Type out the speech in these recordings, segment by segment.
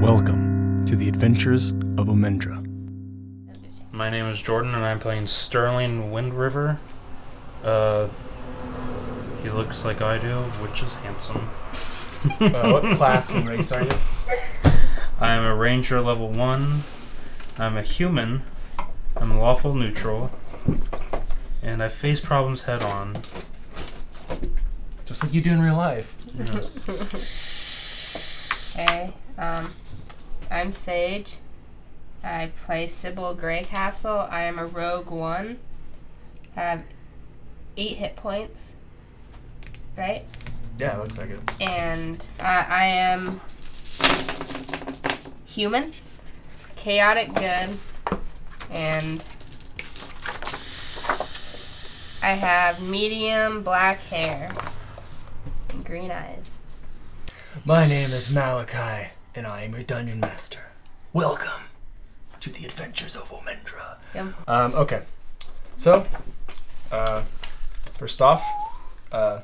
Welcome to the adventures of Omendra. My name is Jordan, and I'm playing Sterling Windriver. Uh, he looks like I do, which is handsome. Uh, what class and race are you? I'm a Ranger level 1. I'm a human. I'm lawful neutral. And I face problems head on. Just like you do in real life. You know, Okay. Um, I'm Sage. I play Sybil Greycastle. I am a rogue one. I have eight hit points. Right? Yeah, looks like it. And uh, I am human, chaotic good, and I have medium black hair and green eyes. My name is Malachi, and I am your dungeon master. Welcome to the adventures of Omendra. Yep. Um, okay. So, uh, first off, uh,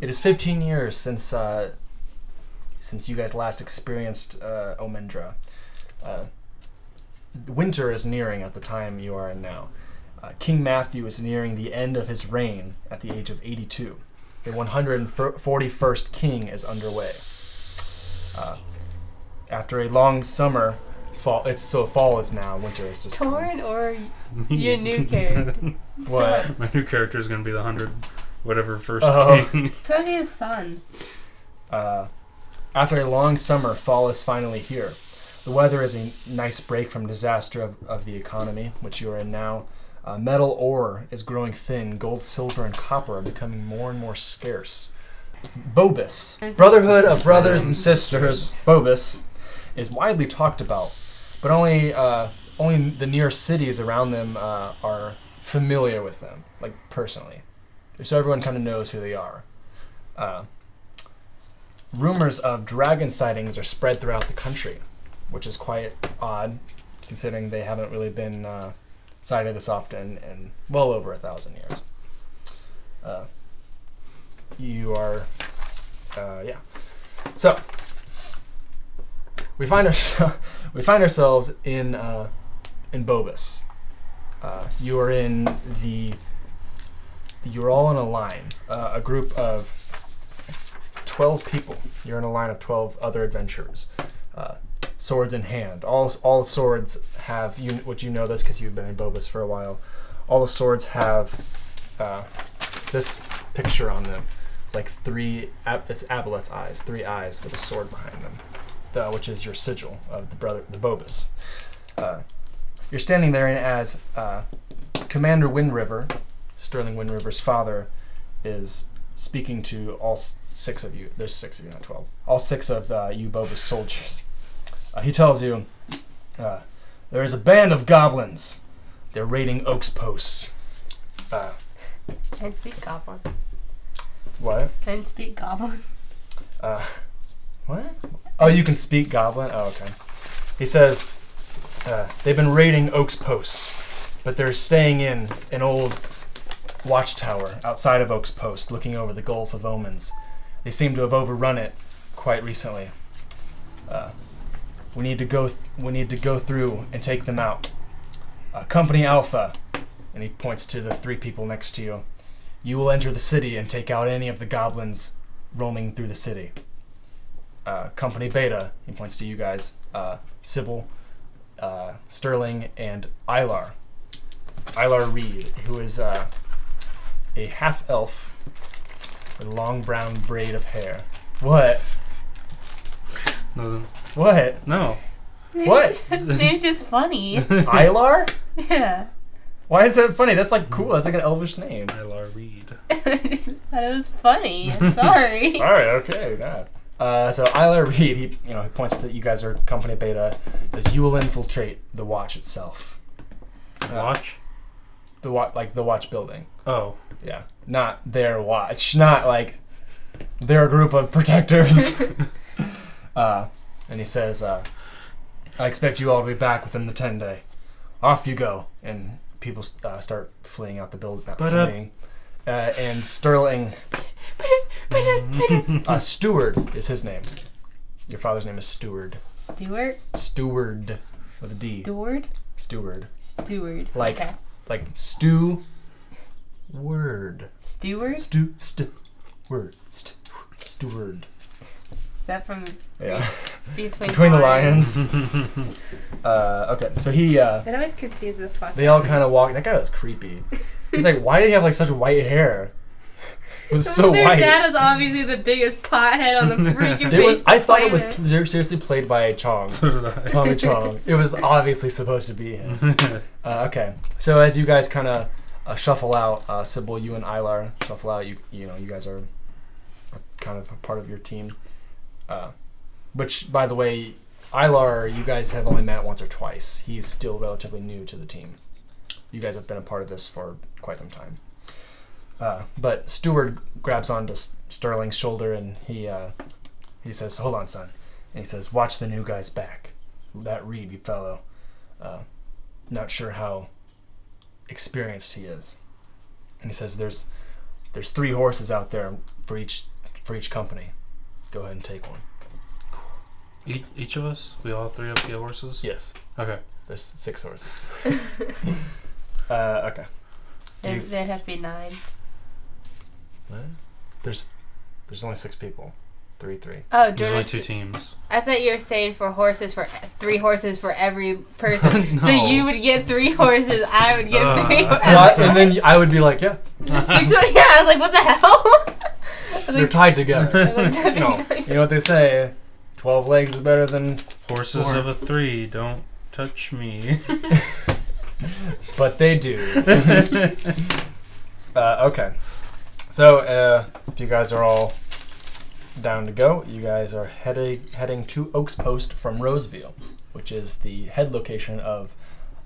it is 15 years since uh, since you guys last experienced uh, Omendra. Uh, winter is nearing at the time you are in now. Uh, King Matthew is nearing the end of his reign at the age of 82. The 141st king is underway. Uh, after a long summer, fall. It's so fall is now. Winter is just coming. Torn or your new character? What? my new character is going to be the 100 whatever first Oh. king. Proteus Sun. Uh, after a long summer, fall is finally here. The weather is a nice break from disaster of, of the economy, which you are in now. Uh, metal ore is growing thin. Gold, silver, and copper are becoming more and more scarce. Bobus, Brotherhood of Brothers and Sisters, Bobus, is widely talked about, but only uh, only the near cities around them uh, are familiar with them, like personally. So everyone kind of knows who they are. Uh, rumors of dragon sightings are spread throughout the country, which is quite odd, considering they haven't really been uh, sighted this often in well over a thousand years. Uh, you are, uh, yeah. So we find ourselves we find ourselves in uh, in Bobus. Uh, you are in the. You're all in a line, uh, a group of 12 people. You're in a line of 12 other adventurers, uh, swords in hand. All all swords have you, which you know this because you've been in Bobus for a while. All the swords have uh, this picture on them. It's like three. ab- It's aboleth eyes, three eyes with a sword behind them, the, which is your sigil of the brother, the Bobus. Uh, you're standing there as uh, Commander Windriver, Sterling Windriver's father, is speaking to all s- six of you. There's six of you, not twelve. All six of uh, you Boba's soldiers. Uh, he tells you, uh, there is a band of goblins. They're raiding Oak's post. Uh, Can speak goblin. what? Can speak goblin. Uh, what? Oh, you can speak goblin? Oh, okay. He says, uh, they've been raiding Oak's Post, but they're staying in an old watchtower outside of Oak's Post, looking over the Gulf of Omens. They seem to have overrun it quite recently. Uh, we need to go. Th- we need to go through and take them out. Uh, Company Alpha, and he points to the three people next to you. You will enter the city and take out any of the goblins roaming through the city. Uh, Company Beta, he points to you guys, uh, Sybil, uh, Sterling, and Ilar. Ilar Reed, who is uh, a half elf with long brown braid of hair. What? No, What? no. What? They're just funny. Ilar? yeah. Why is that funny? That's like cool. That's like an elvish name. Mylar Reed. I just thought it was funny. I'm sorry. All right, okay, that. Uh, so Isla Reed, he you know he points to you guys are company beta. Says you will infiltrate the watch itself, Watch. the watch like the watch building. Oh. Yeah, not their watch, not like their group of protectors. uh, and he says, uh, "I expect you all to be back within the ten day. Off you go." And people uh, start fleeing out the building. Not But, uh, fleeing. Uh, and Sterling, uh, Steward is his name. Your father's name is Steward. Stewart? Steward with a D. Steward? Steward. Steward. Like- Okay. Like stew word. Steward? Stew st word. St- steward. Is that from Yeah. Between, Between the lions. uh, okay. So he uh, That always confuses the fuck. They all kind of walk. That guy was creepy. He's like, why did he have like such white hair? It was so Their white. dad is obviously the biggest pothead on the freaking It was. face I thought it was planet. pl- seriously played by Chong. So did I. Tommy Chong. It was obviously supposed to be him. Uh, okay. So as you guys kind of uh, shuffle out, uh, Sybil, you and Ilar shuffle out. You you know you guys are kind of a part of your team. Uh, which, by the way, Ilar, you guys have only met once or twice. He's still relatively new to the team. You guys have been a part of this for quite some time. Uh, but Steward grabs onto S- Sterling's shoulder and he uh, he says, "Hold on, son," and he says, "Watch the new guy's back. That Reed fellow. Uh, not sure how experienced he is." And he says, "There's there's three horses out there for each for each company. Go ahead and take one." Each, E-, each of us? We all three up the horses? Yes. Okay. There's six horses. uh, okay. There, Do there have to be nine. There's there's only six people. Three, three. Oh, There's only two Jonas. teams. I thought you were saying for horses for three horses for every person. So No. you would get three horses. I would get Uh, three. I- I was and like, then I would be like, yeah, Six, yeah, I was like, what the hell? I was they're like, tied together. I was like, no, you know what they say. Twelve legs is better than, Horses Or- of a three, don't touch me. but they do. uh, okay, so uh, if you guys are all down to go, you guys are heading heading to Oaks Post from Roseville, which is the head location of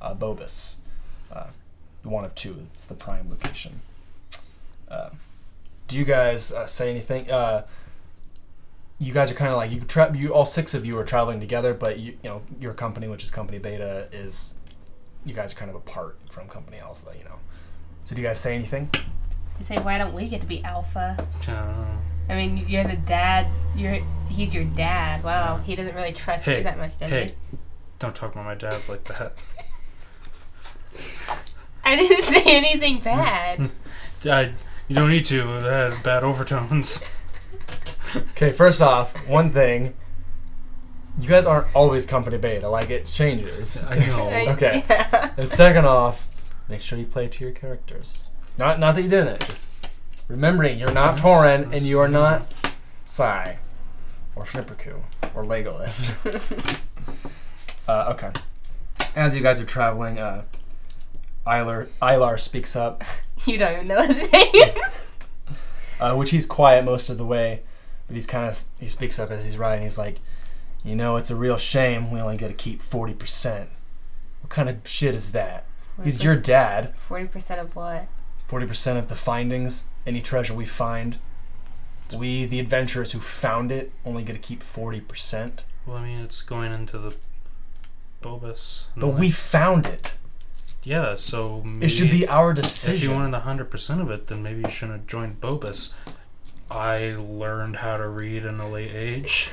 uh, Bobus, uh, one of two. It's the prime location. Uh, do you guys uh, say anything? Uh, you guys are kind of like you tra- you all six of you are traveling together, but you you know your company, which is Company Beta, is you guys are kind of apart from Company Alpha, you know. So do you guys say anything? I say, why don't we get to be alpha? Uh, I mean, you're the dad. You're he's your dad. Wow, he doesn't really trust Hey, you that much, does hey, he? don't talk about my dad like that. I didn't say anything bad. I, you don't need to. It has bad overtones. Okay, first off, one thing. You guys aren't always Company Beta. Like it changes. I know. Oh, Okay. Yeah. And second off, make sure you play to your characters. Not not that you didn't. Just remembering you're not Yes, Torin yes, and you are I not Sai or Flipperku or Legolas. uh, okay. As you guys are traveling, uh, Ilar Ilar speaks up. you don't even know his name. uh, which he's quiet most of the way, but he's kind of he speaks up as he's riding. He's like, you know, it's a real shame we only get to keep forty percent. What kind of shit is that? He's your dad. forty percent of what? Forty percent of the findings, any treasure we find, we the adventurers who found it only get to keep forty percent. Well, I mean, it's going into the bulbous. and But like- we found it. Yeah, so maybe It should be our if you decision. wanted hundred percent of it, then maybe you shouldn't have joined Bobus. I learned how to read in a late age.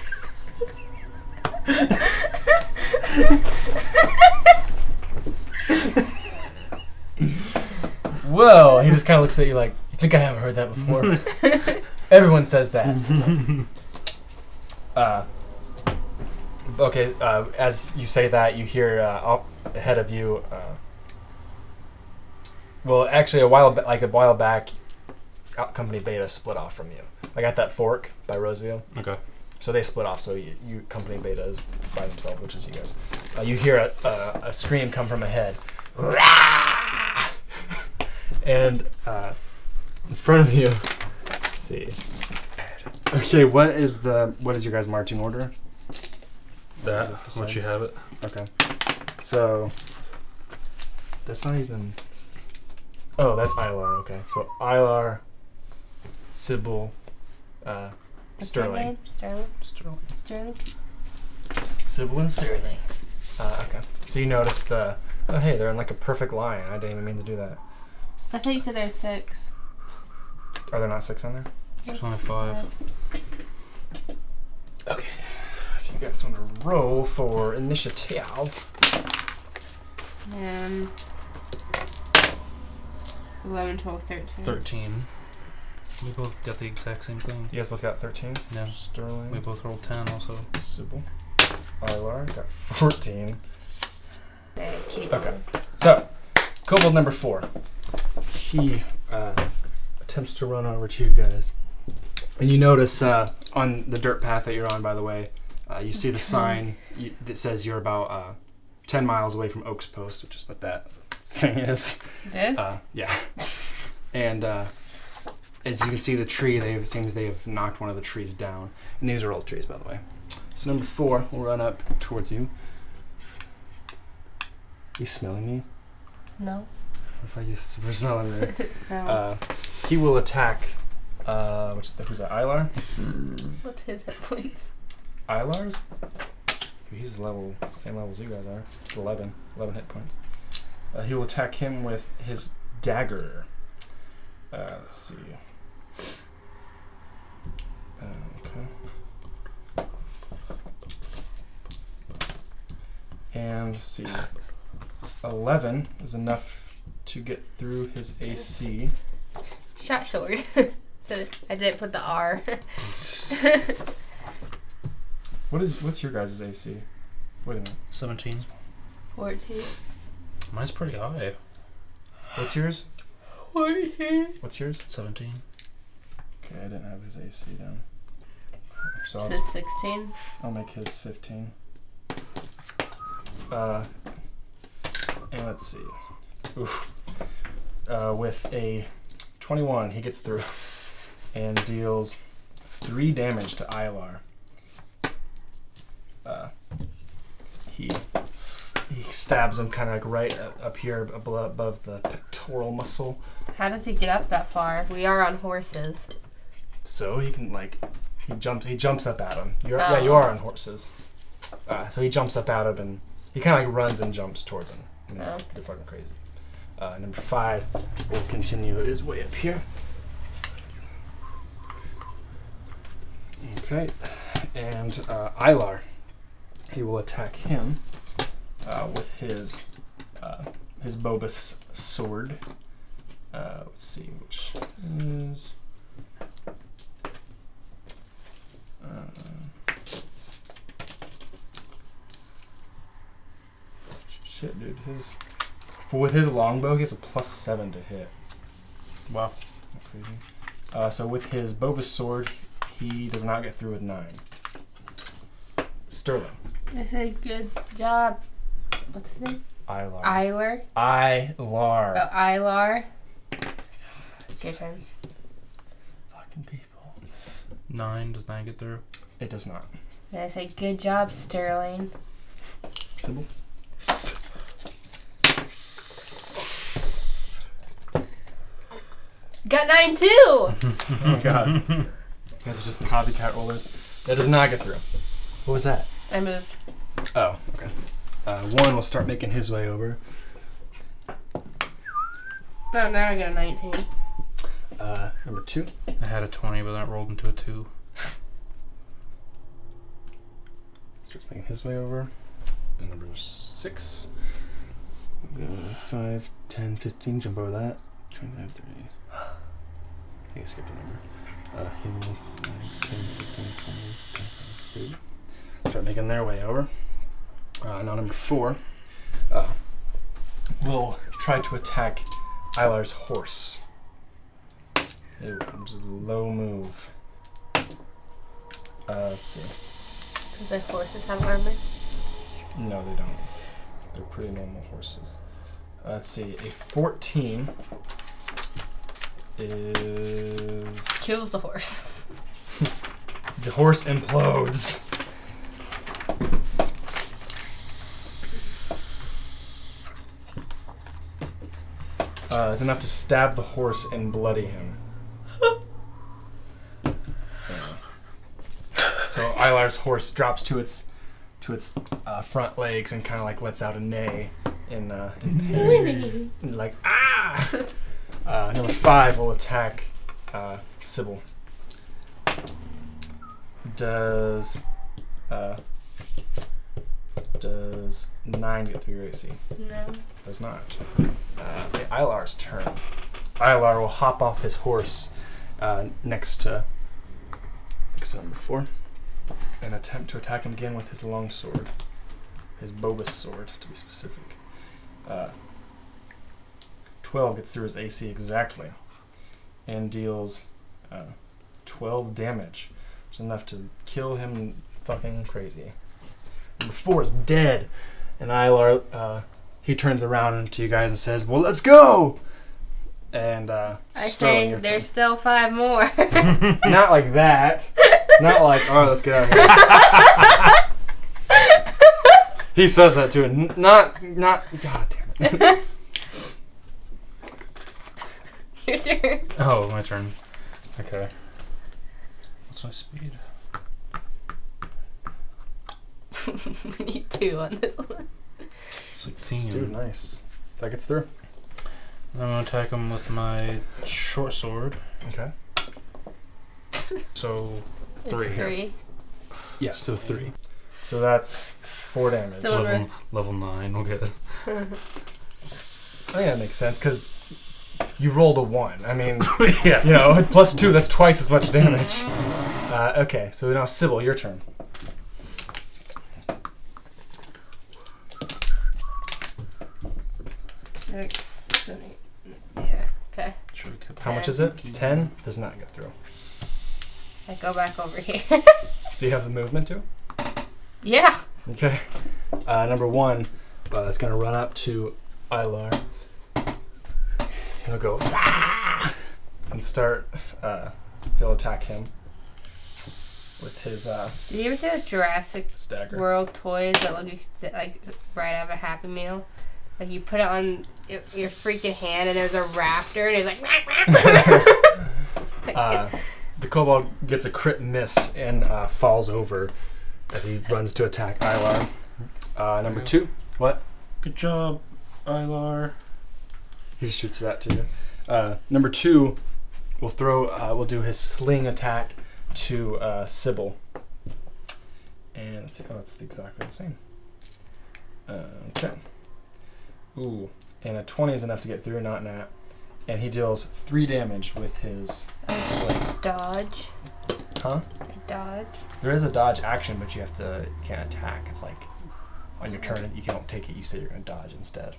Whoa! He just kind of looks at you like, you think I haven't heard that before? Everyone says that. uh, okay, uh, as you say that, you hear uh, up ahead of you. Uh, well, actually, a while ba- like a while back, out company Beta split off from you. Like at that fork by Roseville, Okay. so they split off. So you, you company Beta is by themselves, which is you guys. Uh, you hear a, a, a scream come from ahead, and uh, in front of you. let's see. Okay, what is the what is your guys' marching order? That Just a once you have it. Okay. So that's not even. Oh, that's Ilar. Okay, so Ilar, Sybil, uh, What's my Sterling, name? Sterling. Still. Sterling. Sybil and Sterling. Uh, okay. So you notice the. Oh, hey, they're in like a perfect line. I didn't even mean to do that. I thought you said there's six. Are there not six on there? There's only five. Okay. You guys want to roll for initiative. Um, 11, 12, 13. 13. We both got the exact same thing. You guys both got 13. No. Sterling. We both rolled 10 also. Sybil. Ilar got 14. They keep Okay. those. So, kobold number four. He uh, attempts to run over to you guys. And you notice uh, on the dirt path that you're on, by the way, uh, you see the sign you, that says you're about uh, 10 miles away from Oaks Post, which is what that thing is. This? Uh, yeah. And uh, as you can see, the tree, they have, it seems they have knocked one of the trees down. And these are old trees, by the way. So number four will run up towards you. You smelling me? no. If I use- we're smelling me. No. Uh, he will attack. Uh, which, who's that? Ilar? What's his hit points? Ilar's? He's level, same level as you guys are. It's 11. 11 hit points. Uh, he will attack him with his dagger. Uh, let's see. Uh, okay. And let's see. 11 is enough to get through his AC. Shot sword. so I didn't put the R. What is what's your guys' AC? Wait a minute. 17. 14. Mine's pretty high. What's yours? 14. What's yours? 17. Okay, I didn't have his AC down. So I'll, Says 16. I'll make his 15. Uh, and let's see. Oof. Uh, with a 21, he gets through and deals 3 damage to Ilar. Uh, he, s- he stabs him kind of like right up, up here above, above the pectoral muscle. How does he get up that far? We are on horses. So he can like he jumps he jumps up at him. You're, Yeah, Oh. you are on horses. Uh, so he jumps up at him and he kind of like runs and jumps towards him. And Oh. They're fucking crazy. Uh, number five will continue his way up here. Okay, and uh, Ilar, he will attack him uh, with his uh, his Bobus sword. Uh, let's see which is. Uh, shit, dude. His for with his longbow, he has a plus seven to hit. Wow. Not crazy. Uh, so with his Boba's sword, he does not get through with nine. Sterling. I said good job. What's his name? Ilar. Eiler. Ilar. Oh, Eilar. It's your turn. Fucking people. 9. Does 9 get through? It does not. Then I say good job, Sterling. Sybil. Got nine too. Oh god. you guys are just copycat rollers. That does not get through. What was that? I move. Oh, okay. Uh, one will start making his way over. No, Oh, now I got a 19. Uh, number two. I had a 20, but that rolled into a 2. Starts making his way over. And number six. Uh, 5, 10, 15, jump over that. 25, 30. I think I skipped a number. Uh, he rolled 9, 10, 15, 20, 25, 30. Start making their way over. Uh, now number four. Uh, will try to attack Ilar's horse. Ew, which is a low move. Uh, let's see. Because the horses have armor. No, they don't. They're pretty normal horses. Uh, let's see. A 14 is. Kills the horse. The horse implodes. Uh, it's enough to stab the horse and bloody him. Yeah. So Ilar's horse drops to its to its uh, front legs and kind of like lets out a neigh in, uh, in pain, And, like ah. Uh, number five will attack uh, Sybil does uh, nine get through your AC? No. Does not. Uh, okay, Ilar's turn. Ilar will hop off his horse uh, next to next to number four and attempt to attack him again with his long sword, his Bobus sword to be specific. Uh, Twelve gets through his AC exactly, and deals uh, twelve damage, which is enough to kill him fucking crazy. Number four is dead, and Ilar. Uh, he turns around to you guys and says, "Well, let's go." And uh, I Sterling, say your turn. there's still five more. not like that, not like, "All right, let's get out of here." he says that to him. Not, not. God damn it. Your turn. Oh, my turn. Okay. What's my speed? we need two on this one. 16. Dude, nice. Hmm. That gets through. I'm gonna attack him with my short sword. Okay. So It's Three. three. Yeah. So three. So that's four damage. So- Silver. level level nine. We'll get. I think that makes sense because you rolled a one. I mean, yeah. you know, plus two. That's twice as much damage. Uh, okay. So now, Sybil, your turn. Six, seven, eight. Yeah. Okay. Should we cut How much Ten. is it? Ten does not get through. I go back over here. Do you have the movement too? yeah. Okay. Uh, number one, uh, that's gonna run up to Ilar. He'll go "Ah!" and start. Uh, he'll attack him with his uh, Did you ever see those Jurassic stagger. World toys that look ex- like right out of a Happy Meal? Like you put it on your, your freaking hand and there's a raptor and it's like. Uh, the kobold gets a crit miss and uh, falls over as he runs to attack Ilar. Uh, number two, Good job, Ilar. He just shoots that too. Uh, number two, we'll throw. Uh, we'll do his sling attack to uh, Sybil. And let's see. Oh, it's exactly the same. Uh, okay. Ooh, and a twenty is enough to get through, not nat. And he deals three damage with his sling. dodge. Huh? Dodge. There is a dodge action, but you have to you can't attack. It's like on your turn, you can't take it. You say you're gonna dodge instead.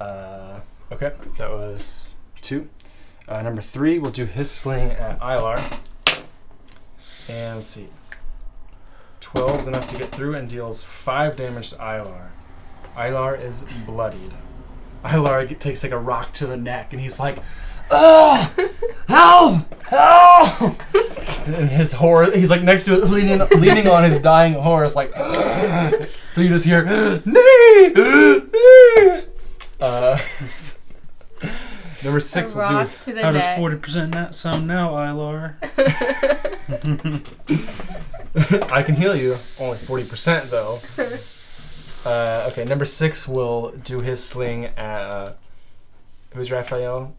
Uh, okay, that was two. Uh, number three, we'll do his sling at Ilar. And let's see. 12 is enough to get through and deals 5 damage to Ilar. Ilar is bloodied. Ilar get- takes like a rock to the neck and he's like, Ugh! Help! Help! and his horse, he's like next to it, leaning, leaning on his dying horse, like, "Ugh." So you just hear, Nay! Nay! Uh, number 6 a will do. rock to the How does neck. forty percent not sound now, Ilar? I can heal you. Only 40% though. Uh, okay, number six will do his sling at. Uh, who's Raphael?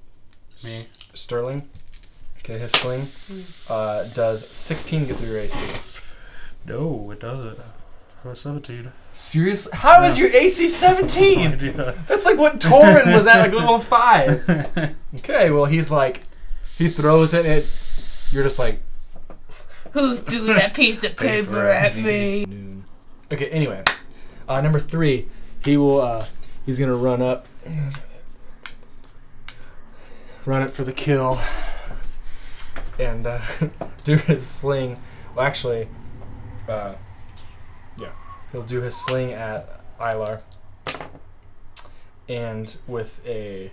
Me. Sterling. Okay, his sling uh, does 16 get through your AC. No, it doesn't. How about seventeen? Seriously? How is Yeah. your AC 17? Idea. That's like what Torin was at, like level 5. Okay, well, he's like. He throws it, and it. You're just like. Who threw that piece of paper at me? Noon. Okay. Anyway, uh, number three, he will. Uh, he's gonna run up. Run up for the kill. And uh, do his sling. Well, actually, uh, yeah, he'll do his sling at Ilar. And with a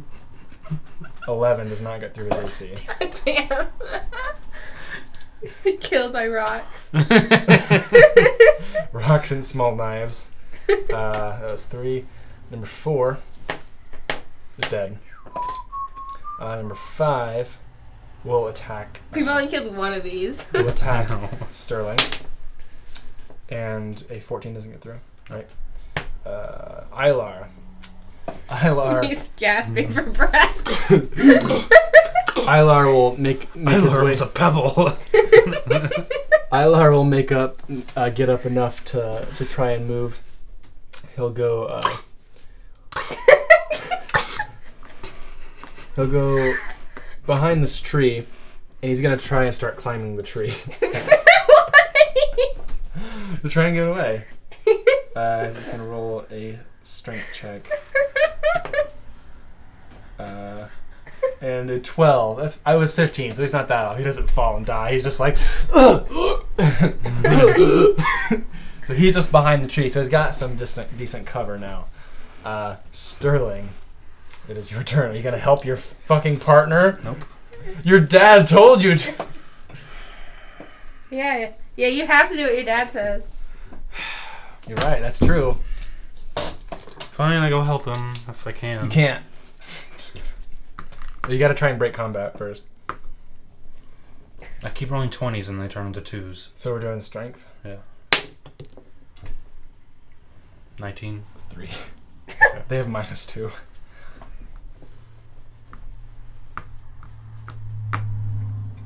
eleven, does not get through his AC. Damn. He's been killed by rocks. rocks and small knives. Uh, that was three. Number four is dead. Uh, number five will attack. We've only killed one of these. Will attack Sterling. And a 14 doesn't get through. Right. Uh, Ilar. Ilar. He's Mm-hmm. gasping for breath. Ilar will make, make his Ilar way. was a pebble. Ilar will make up, uh, get up enough to, to try and move. He'll go. Uh, he'll go behind this tree, and he's gonna try and start climbing the tree to try and get away. Uh, he's gonna roll a strength check. Uh, and a twelve. That's I was fifteen, so he's not that off. He doesn't fall and die. He's just like. So he's just behind the tree, so he's got some distant, decent cover now. Uh, Sterling, it is your turn. Are you gonna help your fucking partner? Nope. Your dad told you to. Yeah, yeah, you have to do what your dad says. You're right. That's true. Fine, I go help him if I can. You can't. You gotta try and break combat first. I keep rolling 20s and they turn into 2s. So we're doing strength. 19. Three. they have minus two.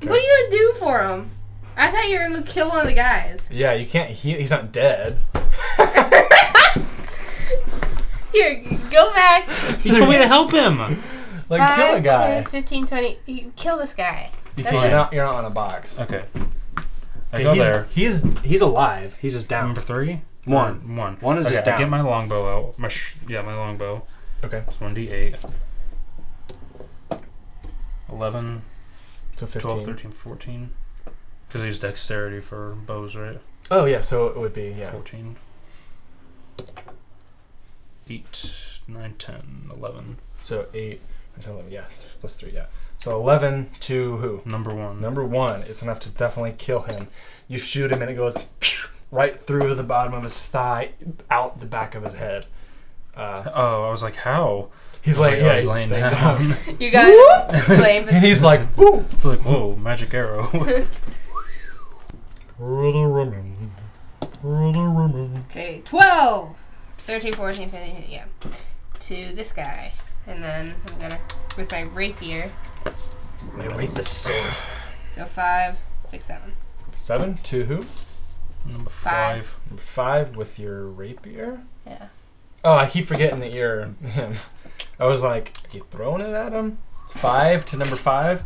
What are you gonna do for him? I thought you were gonna kill one of the guys. Yeah, you can't. He, he's not dead. Here, go back. You told me to help him! Like Five, kill a guy. 10, 15, 20. You kill this guy. You that's can't. You're it. not, you're not on a box. Okay. I Okay, go he's, there. He's he's alive. He's just down. Number three? Mm. One. One. One is okay, just I down. get my longbow out. My sh- yeah, my longbow. Okay. It's 1d8. 11, So 15. 12, 13, 14. Because I use dexterity for bows, right? Oh yeah. So it would be yeah. 14. 8, 9, 10, 11. So eight, nine, 10, 11, yeah, plus three, yeah. So eleven to who? Number one. Number one is enough to definitely kill him. You shoot him and it goes right through the bottom of his thigh, out the back of his head. Uh, Oh, I was like, how? he's I was like, oh, yeah, he's he's laying laying down. You got blame. and he's like, woo. it's like, whoa, magic arrow. Okay, 12! 13, 14, 15, yeah. To this guy. And then I'm gonna, with my rapier, My rapist sword. so 5, 6, 7. Seven to who? Number Five. five. Number five with your rapier. Yeah. Oh, I keep forgetting that you're him. I was like, are you throwing it at him? Five to number five.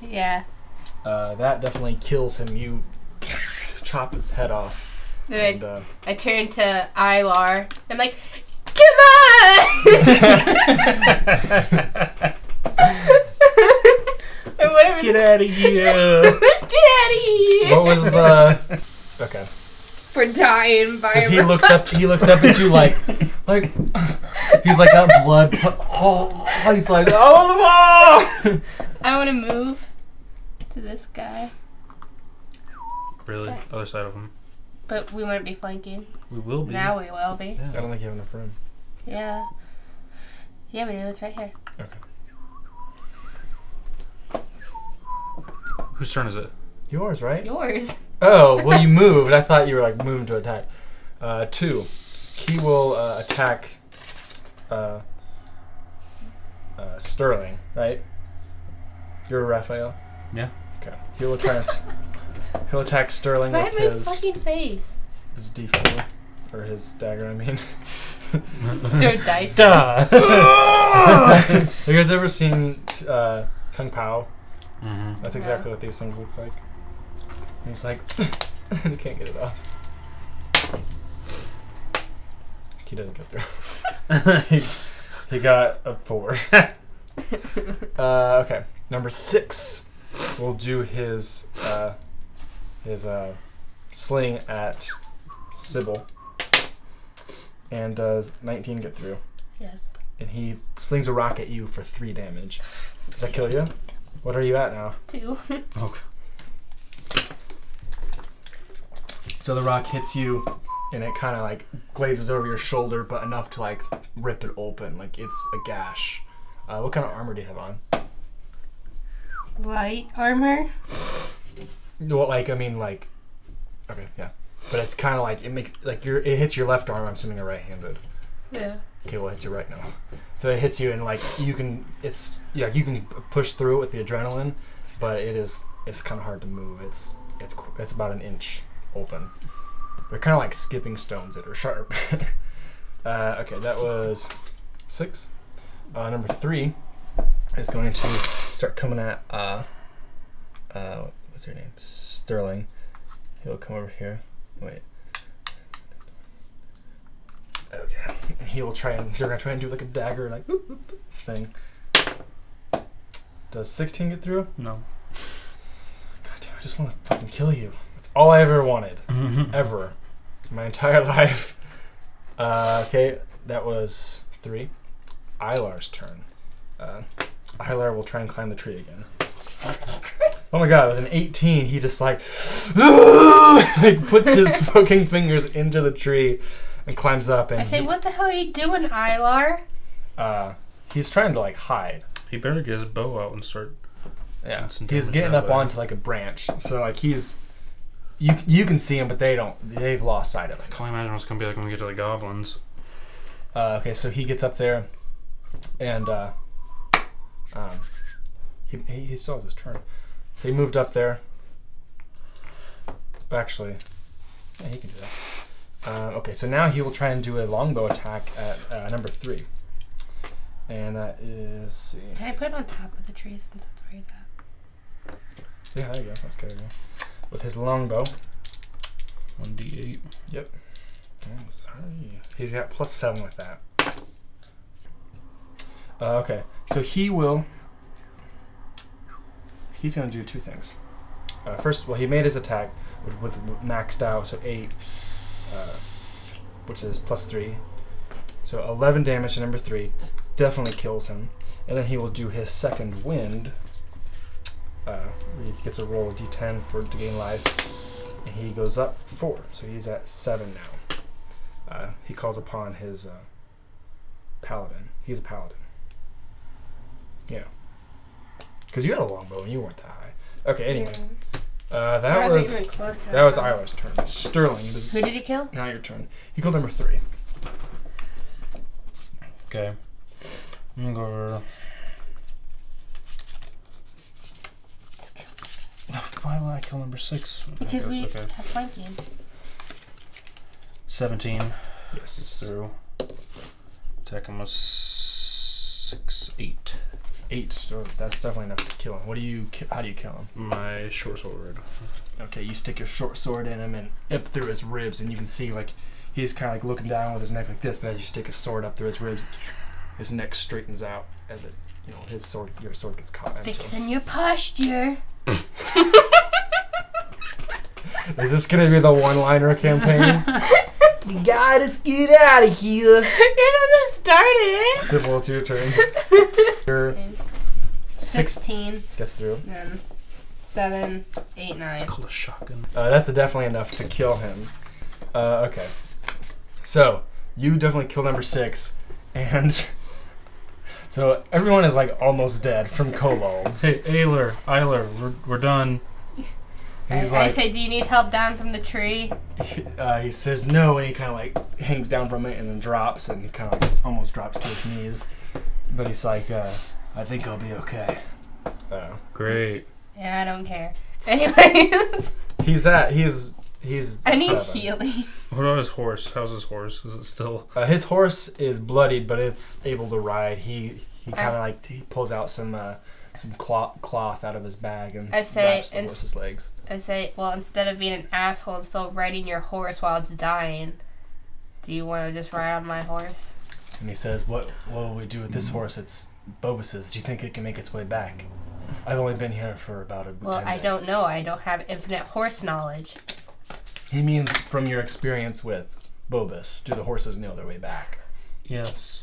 Yeah. Uh, that definitely kills him. You chop his head off. Then And, uh, I, I turn to Ilar. I'm like, come on! or whatever. Get out of here! Let's get out of here! what was the? Okay. For dying by So a he rock. looks up. He looks up at you like, like. He's like got blood. pu- Oh, he's like oh the wall. I wanna move to this guy, really? Other side of him. but we wouldn't be flanking. We will be. Now we will be. I don't think you have enough room. Yeah. Yeah, we do. It's right here. Whose turn is it? Yours, right? Yours. Oh, well, you moved. I thought you were like moving to attack. Uh, two. He will uh, attack uh, uh, Sterling, right? You're Raphael? Yeah. Okay. He will try and he'll attack Sterling Right with in my his, fucking face. his d4. Or his dagger, I mean. Throw dice. Duh! Have you guys ever seen uh, Kung Pao? hmm That's No. exactly what these things look like. And he's like, and he can't get it off. He doesn't get through. he, he got a four. uh, okay, number six. We'll do his uh, his uh, sling at Sybil. And does 19 get through? Yes. And he slings a rock at you for three damage. Does that kill you? What are you at now? Two. Okay. So the rock hits you, and it kind of like glazes over your shoulder, but enough to like rip it open. Like it's a gash. Uh, what kind of armor do you have on? Light armor. Well, like I mean, like, okay, yeah. But it's kind of like it makes like your it hits your left arm. I'm assuming you're right-handed. Yeah. Okay, well, it hits you right now. So it hits you, and like you can, it's yeah, you can push through it with the adrenaline, but it is it's kind of hard to move. It's it's qu- it's about an inch open. They're kind of like skipping stones that are sharp. uh, okay, that was six. Uh, number three is going to start coming at uh, uh, what's her name? Sterling. He'll come over here. Wait. Okay. And he will try and they're gonna try and do like a dagger like boop, boop, boop thing. Does 16 get through? No. God damn, I just want to fucking kill you. That's all I ever wanted, ever, my entire life. Uh, okay, that was three. Ilar's turn. Uh, Ilar will try and climb the tree again. Oh my god, with an 18, he just like, like puts his fucking fingers into the tree and climbs up. And I say, he- what the hell are you doing, Ilar? Uh, he's trying to like hide. He better get his bow out and start. Yeah, It's some he's damage getting that up way. onto like a branch, so like he's you you can see him, but they don't. They've lost sight of him. I can't imagine what it's gonna be like when we get to the goblins. Uh, okay, so he gets up there, and uh, um, he, he he still has his turn. He moved up there. Actually, yeah, he can do that. Uh, okay, so now he will try and do a longbow attack at uh, number three, and that is let's see. Can I put him on top of the tree since that's where he's at? Yeah, there you go. That's good. yeah. With his longbow. One d eight. Oh, sorry. He's got plus seven with that. Uh, okay, so he will. He's going to do two things. Uh, first, well, he made his attack which with maxed out, so eight, uh, which is plus three, so eleven damage to number three, definitely kills him. And then he will do his second wind. Uh, he gets a roll of d10 for to gain life, and he goes up four, so he's at seven now uh, he calls upon his uh, paladin. He's a paladin. Yeah. Because you had a longbow and you weren't that high. Okay. Anyway, uh, that Or is it was even close to that was top? Ilar's turn. Sterling, it is Who did he kill? now your turn. He killed number three. Okay. I'm gonna go over. Why would I kill number six? Because we Okay. have flanking. 17. Yes. through. Attack him with six, eight. Eight. Oh, that's definitely enough to kill him. What do you? Ki- how do you kill him? My short sword. Okay, you stick your short sword in him and up through his ribs, and you can see like he's kind of like looking down with his neck like this. But as you stick his sword up through his ribs, his neck straightens out as it, you know, his sword, your sword gets caught. into him. Fixing your posture. Is this gonna be the one-liner campaign? you gotta get out of here. You're the one that started it. Sybil, it's your turn. Your six Sixteen, gets through. then seven, eight, nine. Called a shotgun. Uh, that's definitely enough to kill him. Uh, okay. So you definitely kill number six, and so everyone is like almost dead from kobolds. Hey, Ayler, Ayler, we're, we're done. And he's I, I like, say, do you need help down from the tree? uh, he says no, and he kind of like hangs down from it and then drops, and he kind of like, almost drops to his knees. But he's like, uh, I think I'll be okay. Uh, Great. Yeah, I don't care. Anyways, He's at he's he's I need seven. healing. What about his horse? How's his horse? Is it still. Uh, his horse is bloodied, but it's able to ride. He he kind of like he pulls out some uh, some cloth cloth out of his bag and I say wraps the it's- horse's legs. I say, well, instead of being an asshole and still riding your horse while it's dying, do you want to just ride on my horse? And he says, "What what will we do with this horse? It's Bobus's. Do you think it can make its way back? I've only been here for about a Well, 10 I minutes." don't know. I don't have infinite horse knowledge. He means from your experience with Bobus. Do the horses know their way back? Yes.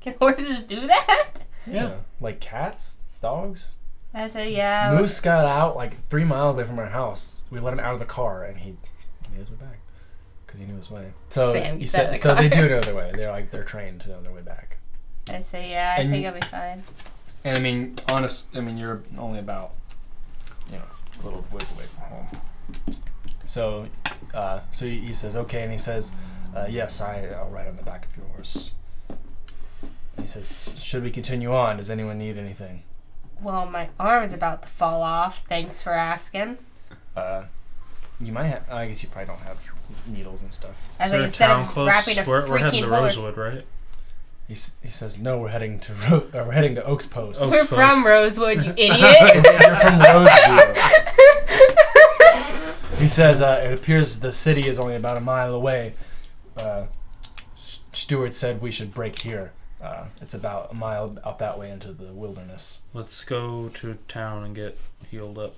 Can horses do that? Yeah. like cats, dogs. I say, yeah. Moose got out like three miles away from our house. We let him out of the car, and he he made his way back because he knew his way. So Sam you got out of said, the so they car. do know their way. They're like they're trained to know their way back. I say, yeah. I And think you- I'll be fine. And I mean, honest, I mean you're only about you know a little ways away from home. So, uh, so he he says okay, and he says, uh, yes, I, I'll ride on the back of your horse. And he says, should we continue on? Does anyone need anything? Well, my arm's about to fall off. Thanks for asking. Uh, You might have. I guess you probably don't have needles and stuff. I Is there think a instead town of wrapping a We're, we're heading freaking to hole- Rosewood, right? He, s- he says, "No, we're heading to Ro- uh, we're heading to Oaks Post. Oh. We're Oaks from Post. Rosewood, you idiot. You're from Roseview." he says, uh, "It appears the city is only about a mile away." Uh, S- Stewart said we should break here. Uh, it's about a mile out that way into the wilderness. Let's go to town and get healed up.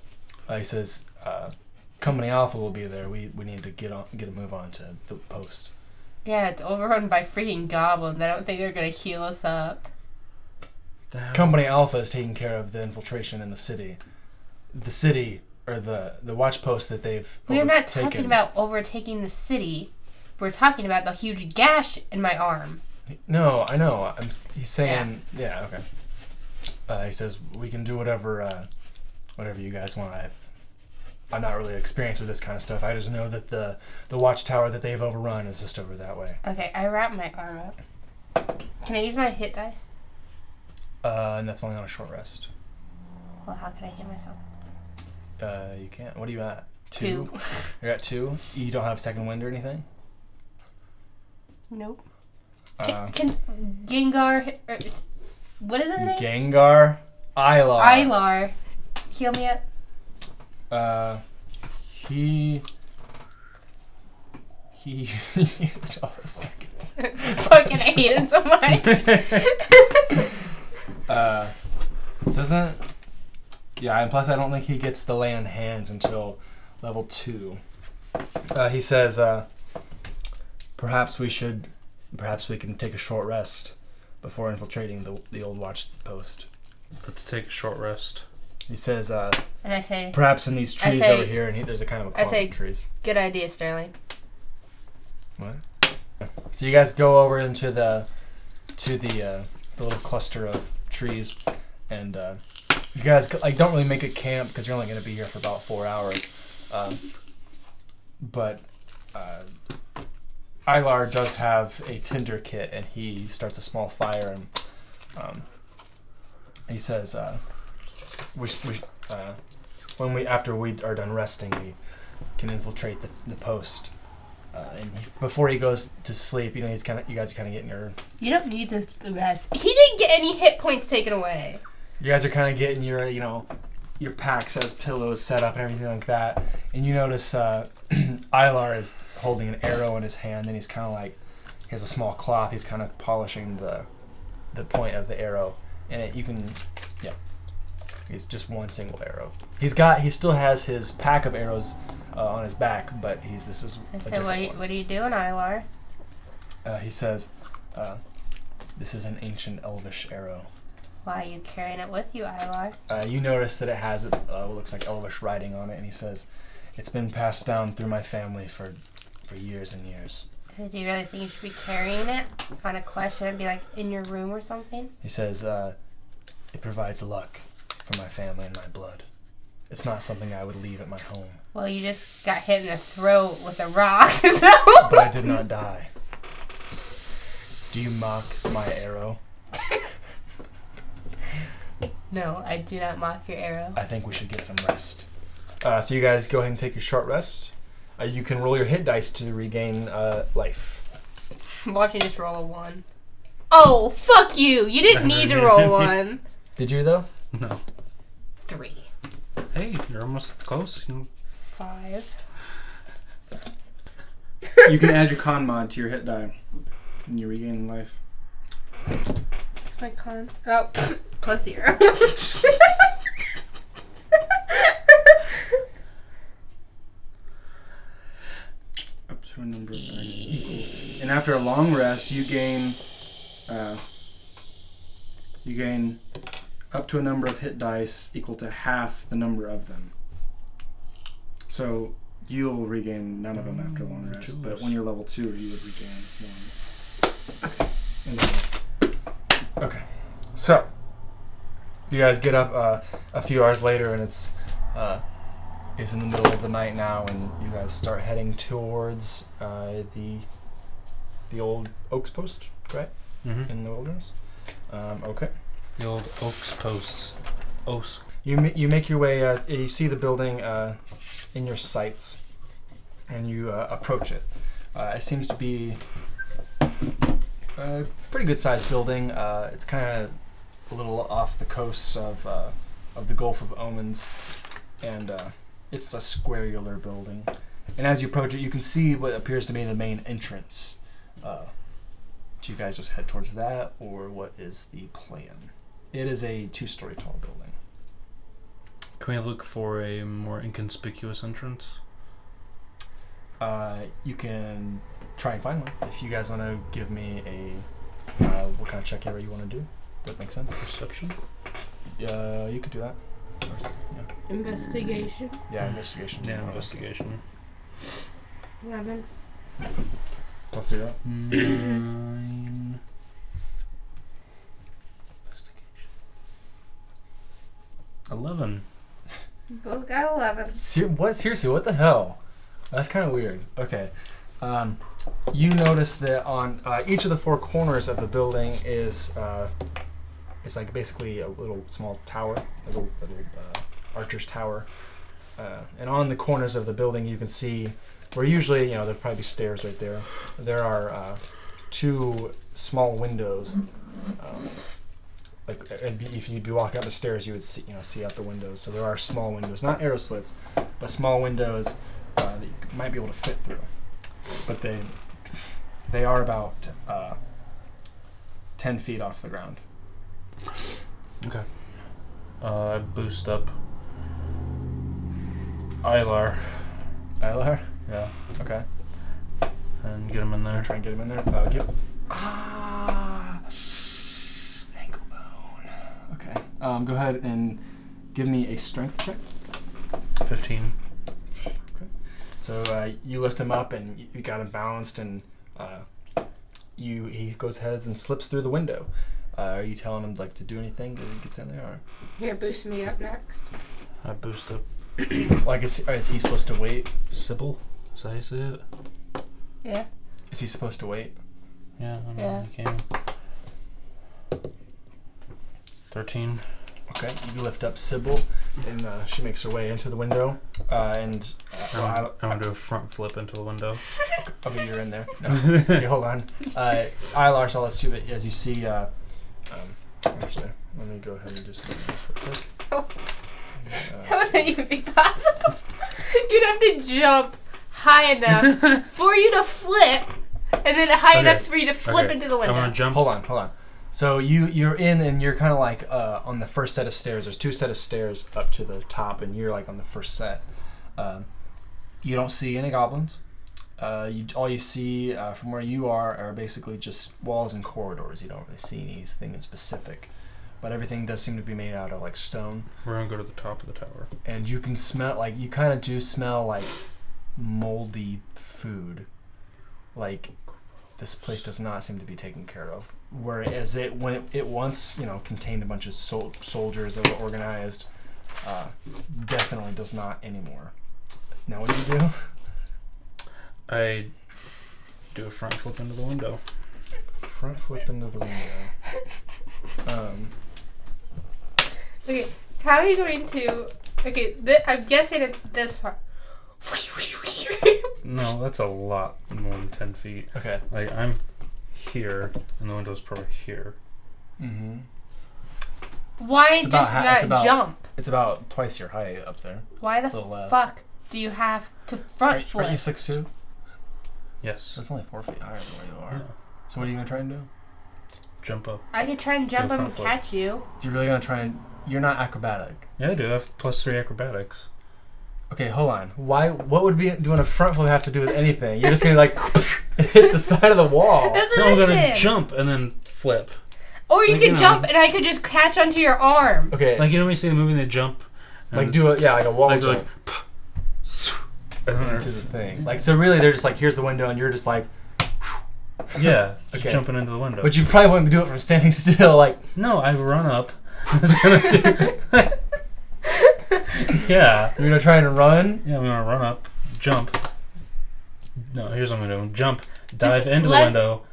Uh, he says, uh, "Company Alpha will be there. We we need to get on get a move on to the post." yeah, it's overrun by freaking goblins. I don't think they're gonna heal us up. That- Company Alpha is taking care of the infiltration in the city. The city or the the watch post that they've We're not overtaken. talking about overtaking the city. We're talking about the huge gash in my arm. No, I know. I'm s- he's saying yeah, okay. Uh, he says we can do whatever uh, whatever you guys want. I've I'm not really experienced with this kind of stuff. I just know that the the watchtower that they've overrun is just over that way. Okay, I wrap my arm up. Can I use my hit dice? Uh, and that's only on a short rest. Well, how can I hit myself? Uh, you can't. What are you at? Two. You're at two. You don't have second wind or anything. Nope. Uh, Can, can Gengar? hit- Or, s- what is his name? Gengar, Ilar. Ilar. Heal me up. Uh, he. He used all his Fucking, I hate him so much. Uh, doesn't. Yeah, and plus I don't think he gets the lay on hands until level two. Uh, he says, uh, perhaps we should, perhaps we can take a short rest before infiltrating the the old watch post. Let's take a short rest. He says, uh, And I say, perhaps in these trees say- over here, and he, there's a kind of a I clump say- of trees. good idea, Sterling. So you guys go over into the to the uh, the little cluster of trees, and uh, you guys like don't really make a camp because you're only going to be here for about four hours. Um, but uh, Ilar does have a tinder kit, and he starts a small fire, and um, he says, uh, "We, sh- we sh- uh, when we after we are done resting, we can infiltrate the, the post." Uh, and he, before he goes to sleep, you know, he's kind of you guys are kind of getting your You don't need this to rest. He didn't get any hit points taken away. you guys are kind of getting your you know your packs as pillows set up and everything like that. And you notice uh, Ilar is holding an arrow in his hand, and he's kind of like he has a small cloth. He's kind of polishing the the point of the arrow, and it, you can yeah. He's just one single arrow. He's got he still has his pack of arrows uh, on his back, but he's this is a I said, different what are, you, one." what are you doing, Ilar? Uh, he says, uh, "This is an ancient elvish arrow." Why are you carrying it with you, Ilar? Uh, you notice that it has uh, what looks like elvish writing on it, and he says, "It's been passed down through my family for for years and years." I said, do you really think you should be carrying it on a question and be like in your room or something? He says, uh, "It provides luck for my family and my blood. It's not something I would leave at my home, Well, you just got hit in the throat with a rock, so. but I did not die." Do you mock my arrow? No, I do not mock your arrow. I think we should get some rest. Uh, so you guys go ahead and take your short rest. Uh, you can roll your hit dice to regain uh, life. I'm watching this roll a one. Oh, fuck you! You didn't need to roll one. Did you though? No. Three. Hey, you're almost close. You Five. you can add your con mod to your hit die, and you regain life. It's my con. Oh, plus zero. Up to a number of dice equal. And after a long rest, you gain. Uh, you gain up to a number of hit dice equal to half the number of them. So you'll regain none of them after a long Mm, rest, jealous. but when you're level two, you would regain one. And then Okay. So, you guys get up uh, a few hours later, and it's uh, it's in the middle of the night now, and you guys start heading towards uh, the the old Oaks Post, right, hmm in the wilderness. Um, okay. The old Oaks Posts. Oaks. You ma- you make your way. Uh, you see the building uh, in your sights. and you uh, approach it. Uh, it seems to be a pretty good sized building. Uh, it's kind of a little off the coast of, uh, of the Gulf of Omens, and uh, it's a squarular building. And as you approach it, you can see what appears to be the main entrance. Uh, do you guys just head towards that, or what is the plan? It is a two story tall building. Can we look for a more inconspicuous entrance? Uh, you can try and find one. If you guys want to give me a uh, what kind of check area you want to do, that makes sense. Perception? Uh, you could do that. Or s- Investigation. Yeah, yeah investigation. Mm. Yeah, investigation. 11. Plus zero. Nine. Investigation. Eleven. Both got 11. Ser- what seriously? What the hell? That's kind of weird. Okay, um, you notice that on uh, each of the four corners of the building is uh, it's like basically a little small tower, a little, little uh, archer's tower, uh, and on the corners of the building you can see where usually you know there'd probably be stairs right there. There are uh, two small windows. Um, like it'd be, if you'd be walking up the stairs, you would see you know see out the windows. So there are small windows, not arrow slits but small windows uh, that you c- might be able to fit through. But they they are about uh, ten feet off the ground. Uh, I boost up. Ilar. Ilar, Yeah. okay, And get him in I'm there. trying to get him in there. Uh, give, ah, ankle bone. Okay, um, go ahead and give me a strength check. Fifteen. So uh, you lift him up and you- you got him balanced, and uh, you he goes heads and slips through the window. Uh, are you telling him like to do anything? Did he gets in there? Or? Here, boost me up next. I boost up. Like, is, is he supposed to wait? Sybil. Is that how you say it? Yeah. Is he supposed to wait? Yeah. I mean, Yeah. You can. Thirteen. Okay, you lift up Sybil, and uh, she makes her way into the window. Uh, and uh, well, I I'm, don't- I'm gonna do a front flip into the window. okay, you're in there. No, okay, hold on. Uh, Ilar saw this too, but as you see, uh, um, actually, let me go ahead and do something else real quick. That wouldn't even be possible. You'd have to jump high enough for you to flip, and then high Okay. enough for you to flip Okay. into the I'm window. gonna Uh, jump. hold on, hold on. So you you're in, and you're kind of like uh, on the first set of stairs. There's two set of stairs up to the top, and you're like on the first set. Um, you don't see any goblins. Uh, you, all you see uh, from where you are are basically just walls and corridors. You don't really see anything in specific, but everything does seem to be made out of like stone. We're gonna go to the top of the tower. And you can smell like you kind of do smell like moldy food. Like this place does not seem to be taken care of. Whereas it when it, it once you know contained a bunch of sol- soldiers that were organized, uh, definitely does not anymore. Now what do you do? I do a front flip into the window. Front flip into the window. Um, Okay, how are you going to? Okay, th- I'm guessing it's this part. No, that's a lot more than ten feet. okay. Like I'm here, and the window's probably here. Mm-hmm. Why It's about just ha- not it's about- jump? It's about twice your height up there. Why the A little less. fuck do you have to Are, front are you flip? six two? Yes. That's only four feet higher than where you Yeah. are. So what are you gonna try and do? Jump up. I could try and jump Do a him and front flip. catch you. You're really gonna try and you're not acrobatic. Yeah, I do. I have plus three acrobatics. Okay, hold on. Why? What would be doing a front flip have to do with anything? You're just gonna like hit the side of the wall. That's No, what I'm I gonna said. jump and then flip. or you like, could you know. jump and I could just catch onto your arm. Okay, Like like, you know when you see the movie, they jump. and do a yeah, like uh, a wall Like, jump like and then into the thing. Like so, really, they're just like here's the window, and you're just like. they're- yeah, just Okay. jumping into the window. But you probably wouldn't do it from standing still. Like no, I run up. I was gonna do- yeah, you're gonna try and run. yeah. I'm gonna run up, jump. No, here's what I'm gonna do: jump, dive into the let- window.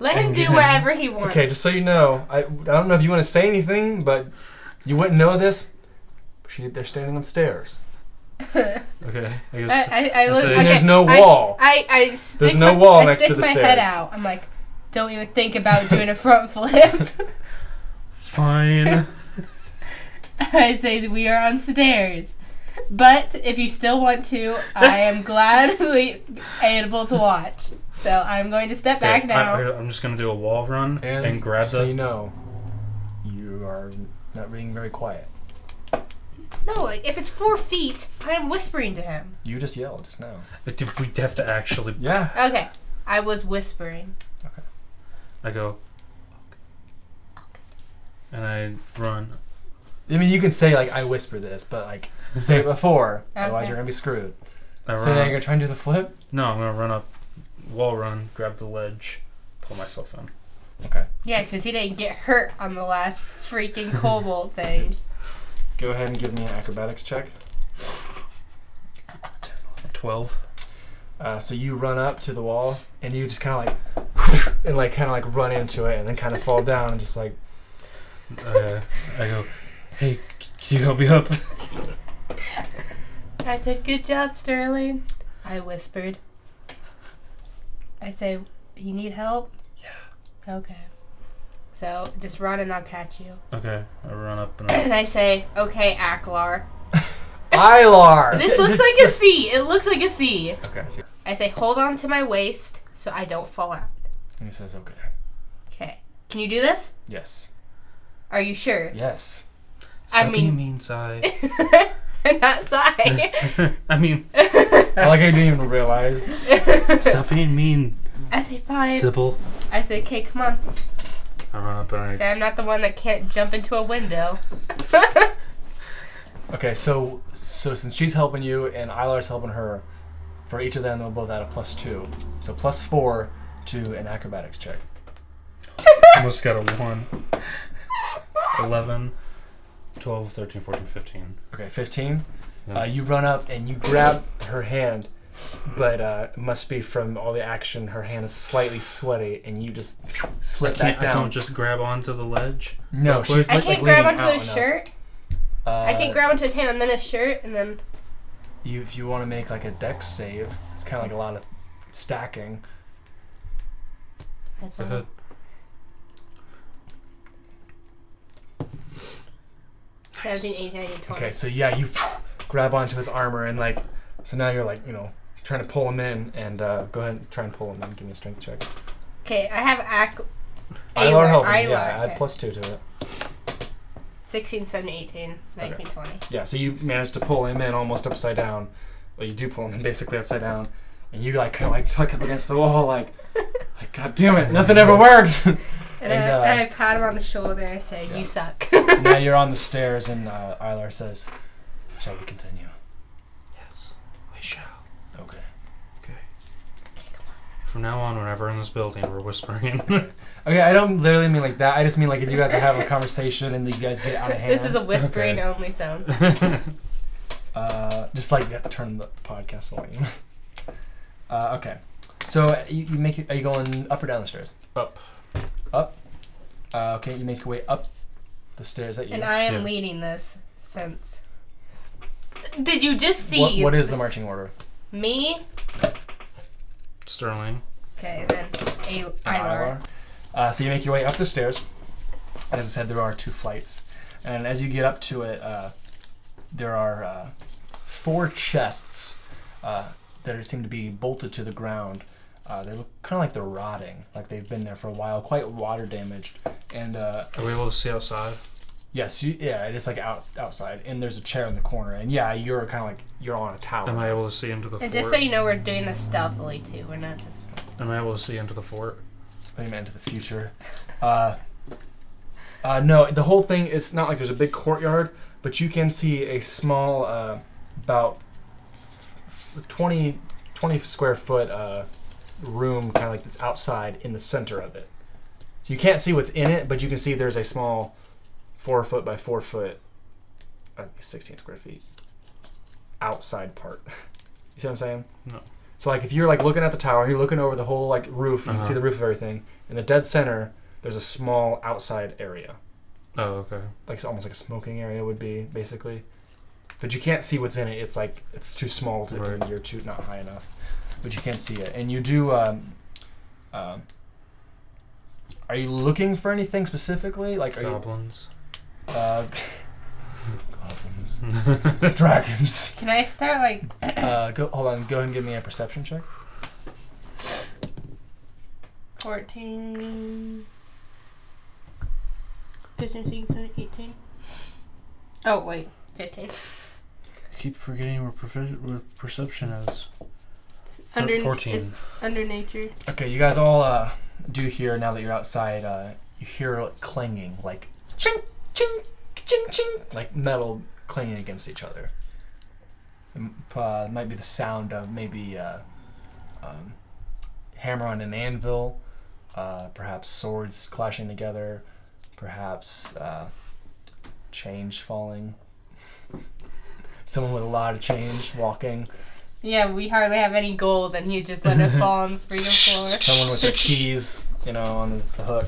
Let him And do then- whatever he wants. Okay, just so you know, I, I don't know if you want to say anything, but you wouldn't know this. She, they're standing on stairs. Okay, I guess. I, I, I So look. then okay, there's no I- wall. I, I, stick There's no my- wall I next to stick the my stairs. head out. I'm like, don't even think about doing a front flip. Fine. I say that we are on stairs. But if you still want to, I am gladly able to watch. So I'm going to step back Okay, now. I, am just gonna do a wall run and, grab just the. so you know, you are not being very quiet. no, like if it's four feet, I am whispering to him. You just yelled just now. If we have to actually, Yeah. Okay, I was whispering. I go. And I run. I mean, you can say like I whisper this, but like say it before, otherwise Okay. you're gonna be screwed. I So run now you're gonna up- try and do the flip. No, I'm gonna run up, wall run, grab the ledge, pull myself in. Yeah, because he didn't get hurt on the last freaking kobold thing. Go ahead and give me an acrobatics check. Twelve. Uh, so you run up to the wall and you just kind of like and like kind of like run into it and then kind of fall down and just like Uh, I go. Hey, c- can you help me up? I said, Good job, Sterling. I whispered. I say, You need help? Yeah. Okay. So just run and I'll catch you. Okay, I run up and I, and I say, Okay, Aklar. Ilar. This looks like a C. It looks like a C. a. Okay. I see. I say, Hold on to my waist so I don't fall out. And he says, "Okay, Okay. Can you do this? yes, Are you sure? yes." I Stop mean- being mean side. Not sigh. I mean, I like I didn't even realize. stop being mean, I say, Fine. Sybil. I say, Okay, come on. I run up and I Say, I'm not the one that can't jump into a window. Okay, so so since she's helping you and Ilar's helping her, for each of them they'll both add a plus two, so plus four to an acrobatics check. Almost got a 1. 11, 12, 13, 14, 15. Okay, 15. Uh, Yeah. you run up and you grab her hand, but uh, it must be from all the action, her hand is slightly sweaty, and you just slip back Can't, I down. don't just grab onto the ledge. no, real she's I like, can't like grab leaning onto out his enough. shirt. Uh, I can grab onto his hand and then his shirt and then. You, if you want to make like a dex save, it's kind of like a lot of stacking. That's Go ahead. Nice. 17, 18, 19, 20. Okay, so yeah, you grab onto his armor and like, so now you're like, you know, trying to pull him in, and uh, go ahead and try and pull him in. Give me a strength check. Okay, I have ac- Ilar Aylar, help me. Aylar, Yeah, add okay. plus two to it. 16, 17, 18, 19, 20. Yeah, so you managed to pull him in almost upside down. Well, you do pull him in basically upside down, and you like kind of like tuck up against the wall, like, like God damn it, nothing ever works. And, And, uh, I, I pat him on the shoulder and I say, yeah. You suck. now you're on the stairs, and uh, Ilar says, "Shall we continue?" Yes, we shall. Okay. Okay. From now on, whenever in this building, we're whispering. Okay, I don't literally mean like that. I just mean like if you guys are having a conversation and you guys get out of hand. this is a whispering only zone. Uh, just like yeah, turn the podcast volume. Uh, okay, so you, you make are you going up or down the stairs? Up. Up. Uh, okay, you make your way up the stairs. That you. And I am Yeah. leading this since. Did you just see What, what is the marching order? me? Sterling. Okay, and then A- Ilar. Uh, so you make your way up the stairs. As I said, there are two flights, and as you get up to it, uh, there are uh, four chests uh, that are, seem to be bolted to the ground. Uh, they look kind of like they're rotting, like they've been there for a while, quite water damaged. And uh, Are we able to see outside? yes, you, yeah, it's like out outside, and there's a chair in the corner, and yeah, you're kind of like you're on a tower. Am I able to see into the fort? And just so you know, we're doing this stealthily too. We're not just. Am I able to see into the fort? Wait a minute into the future. Uh, uh, no, the whole thing, it's not like there's a big courtyard, but you can see a small, uh, about f- f- 20, 20 square foot uh, room, kind of like that's outside in the center of it. So you can't see what's in it, but you can see there's a small four foot by four foot, uh, 16 square feet, outside part. you see what I'm saying? No. So like if you're like looking at the tower, you're looking over the whole like roof, you can see Uh-huh. the roof of everything. In the dead center, there's a small outside area, Oh, okay. like it's almost like a smoking area would be basically, but you can't see what's in it. It's like it's too small to Right. you're too not high enough, but you can't see it. And you do. Um, uh, are you looking for anything specifically? Like are you, Goblins. uh, goblins, dragons? Can I start like Uh, go hold on. Go ahead and give me a perception check. 14. 15, 16, 17, 18. Oh, wait. 15? Keep forgetting where, perfe- where perception is. Under, Fourteen. It's under nature. Okay, you guys all uh, do hear now that you're outside. Uh, you hear clanging, like ching, ching, ching, ching, like metal clanging against each other. M- Uh, might be the sound of maybe uh, um, hammer on an anvil, uh, perhaps swords clashing together, perhaps uh, change falling. Someone with a lot of change walking. Yeah, we hardly have any gold, and he just let it fall on the freedom floor. Someone with their keys, you know, on the hook.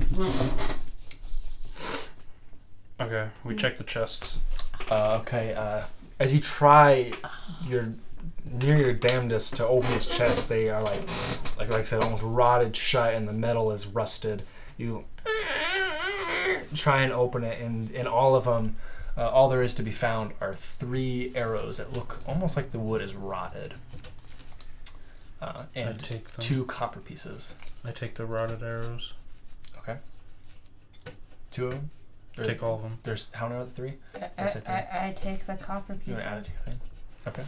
Okay, Hmm. we check the chests. Uh, okay. Uh, as you try your near your damnedest to open his chest, they are like, like, like I said, almost rotted shut, and the metal is rusted. You try and open it, and in all of them, uh, all there is to be found are three arrows that look almost like the wood is rotted, uh, I and take them. two copper pieces. I take the rotted arrows. Two of them. Or Take all of them. There's how many are the three? I, Yes, I I, I, I take the copper You piece. want to add it to your thing? Okay.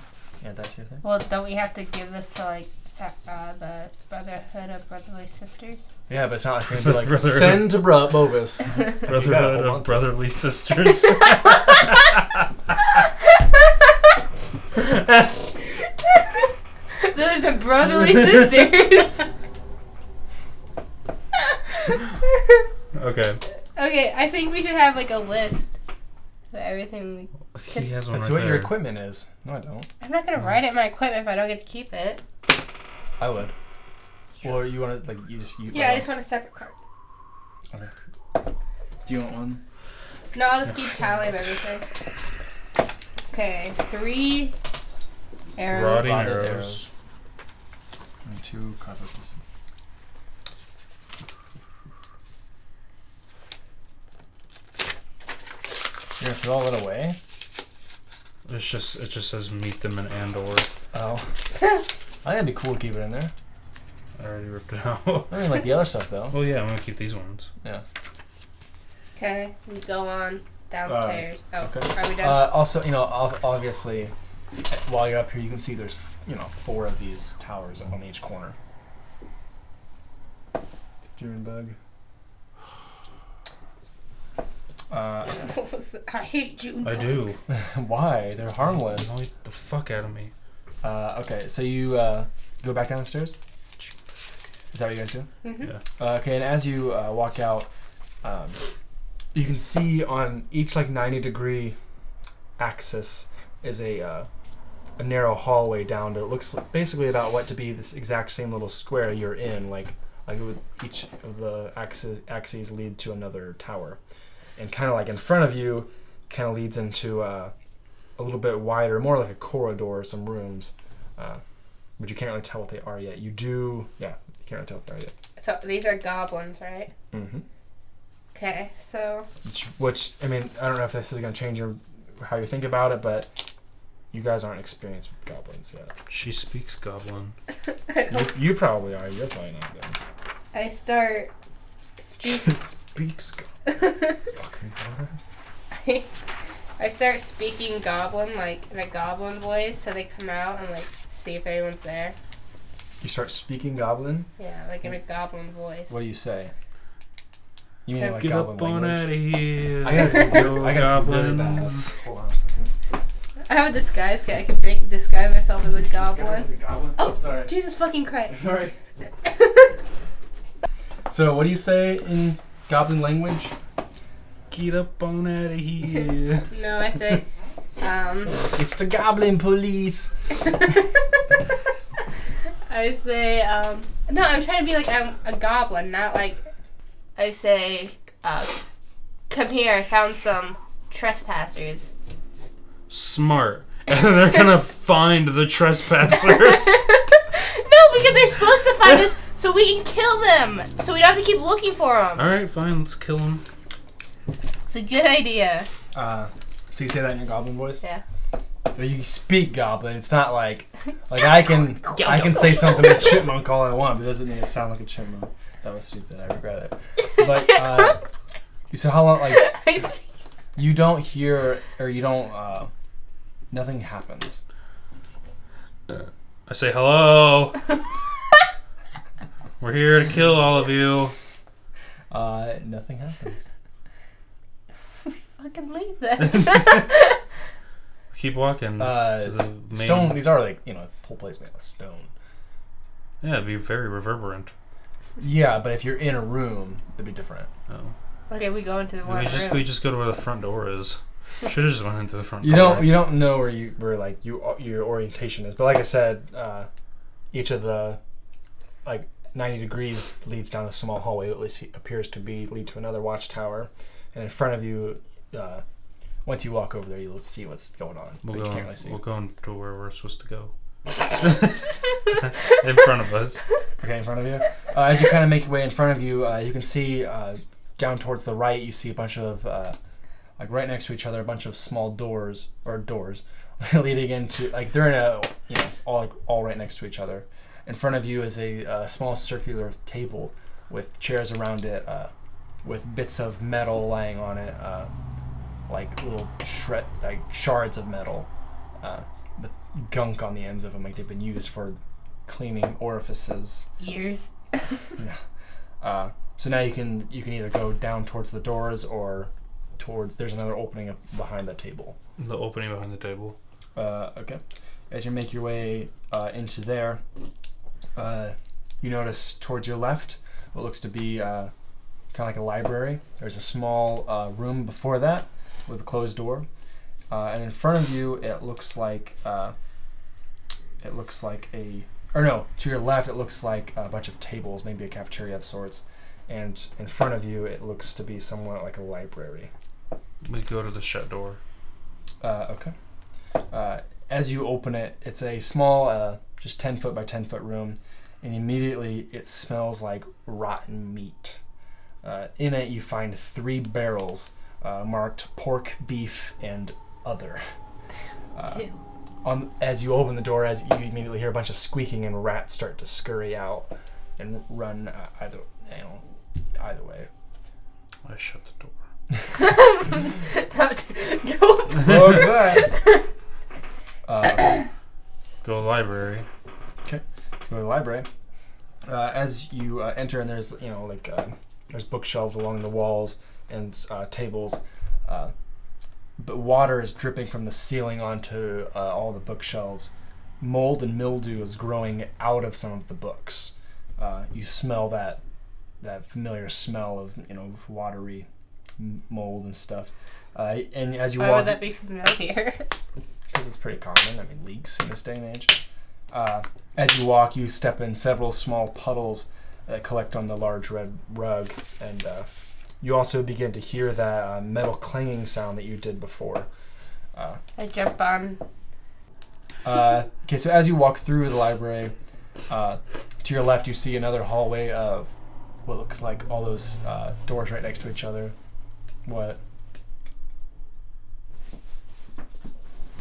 Add that to your thing. Well, don't we have to give this to like sa- uh, the Brotherhood of Brotherly Sisters? Yeah, but it's not like we're gonna be like Brother- send to Bro- Bovis. Brotherhood hold on. of Brotherly Sisters. There's a Brotherly Sisters. okay. okay, I think we should have like a list of everything. We- He has one right That's what your there. equipment is. No, I don't. I'm not gonna write it in my equipment if I don't get to keep it. I would. Or you want to like you just you. Yeah, I just want a separate card. Do you want one? No, I'll just keep tally of everything. Okay, three arrows. Rotting Rotted arrows. arrows. And two copper pieces. You're gonna throw all that away. It's just it just says meet them in Andor. Oh. I think it'd be cool to keep it in there. I already ripped it out. I mean, like the other stuff though. well, yeah, I'm gonna keep these ones. Okay, we go on downstairs. oh, okay. are we done? Uh, also, you know, ob- obviously, while you're up here, you can see there's you know four of these towers on each corner. During bug. Uh, What was that? I hate you. I do. why? They're harmless. Annoyed the fuck out of me. Uh, okay, so you uh, go back downstairs. Is that what you guys do? Mhm. Yeah. Uh, okay, and as you uh, walk out, um, you can see on each like ninety degree axis is a uh, a narrow hallway down to it looks like basically about what to be this exact same little square you're in. Like like it would, each of the axis axes lead to another tower, and kind of like in front of you, kind of leads into. Uh, a little bit wider, more like a corridor, some rooms, uh, but you can't really tell what they are yet. You do, yeah, you can't really tell what they are yet. So these are goblins, right? Mm-hmm. Okay, so Which, which, I mean, I don't know if this is gonna change your how you think about it, but you guys aren't experienced with goblins yet. She speaks Goblin. You, you probably are. You're probably not. Good. I start speak. speaks goblin. Fucking goblins. I start speaking goblin, like in a goblin voice, so they come out and like see if anyone's there. You start speaking goblin. Yeah, like in a goblin voice. What do you say? You mean like Get goblin up on language? out of here. I gotta do- Yo, I gotta do really bad. goblins. Hold on a second. I have a disguise kit. I can make, disguise myself as a goblin. Oh, I'm sorry. Jesus fucking Christ! Sorry. So, what do you say in goblin language? Get up on out of here. No, I say, um, It's the goblin police. I say, um, no, I'm trying to be like I'm a goblin, not like I say, uh, come here. I found some trespassers. smart, and they're gonna find the trespassers. no, because they're supposed to find us so we can kill them. So we don't have to keep looking for them. All right, fine, let's kill them. It's a good idea. Uh, so you say that in your goblin voice? Yeah. Or you speak goblin. It's not like like I can I can say something to chipmunk all I want, but it doesn't mean it sound like a chipmunk. That was stupid. I regret it. But uh, so how long? Like I speak- you don't hear or you don't. Uh, nothing happens. I say hello. We're here to kill all of you. Uh, nothing happens. Fucking leave then. Keep walking. Mm. to Uh, the main- stone. These are like you know whole place made out of stone. Yeah, it'd be very reverberant. Yeah, but if you're in a room, it'd be different. Oh. okay, we go into the We one just room. we just go to where the front door is. Should have just went into the front You door. don't you don't know where you where like you uh, your orientation is, but like I said, uh, each of the like ninety degrees leads down a small hallway. At least appears to be lead to another watchtower, and in front of you, uh, once you walk over there, you'll see what's going on, We'll but go, you can't really see. we'll go into where we're supposed to go. in front of us. Okay, in front of you. Uh, as you kind of make your way in front of you, uh, you can see uh, down towards the right. You see a bunch of uh, like right next to each other, a bunch of small doors or doors leading into like they're in a you know all like, all right next to each other. In front of you is a uh, small circular table with chairs around it, uh, with bits of metal lying on it, uh, like little shred like shards of metal, uh, with gunk on the ends of them, like they've been used for cleaning orifices. Years. Uh, so now you can you can either go down towards the doors or towards there's another opening up behind the table. The opening behind the table. Uh, okay. As you make your way uh, into there, uh, you notice towards your left what looks to be uh, kind of like a library. There's a small uh, room before that with a closed door, uh, and in front of you it looks like uh, it looks like a or no to your left it looks like a bunch of tables, maybe a cafeteria of sorts, and in front of you it looks to be somewhat like a library. We go to the shut door. Uh, okay. Uh, as you open it, it's a small, uh, just 10 foot by 10 foot room, and immediately it smells like rotten meat. Uh, in it, you find three barrels uh, marked pork, beef, and other. Uh, Ew. on, as you open the door, as you immediately hear a bunch of squeaking and rats start to scurry out and run uh, either, you know, either way. I shut the door. nope. Uh, Go to the library. go to the library. Uh, as you uh, enter, and there's you know like uh, there's bookshelves along the walls and uh, tables, uh, but water is dripping from the ceiling onto uh, all the bookshelves. Mold and mildew is growing out of some of the books. Uh, you smell that that familiar smell of you know watery m- mold and stuff. Uh, and as you Why walk, would Oh, that be familiar? because it's pretty common. I mean, leaks in this day and age. Uh, as you walk, you step in several small puddles that collect on the large red rug, and uh, you also begin to hear that uh, metal clanging sound that you did before. Uh, I jump on. uh, okay, so as you walk through the library, uh, to your left, you see another hallway of what looks like all those uh, doors right next to each other. What?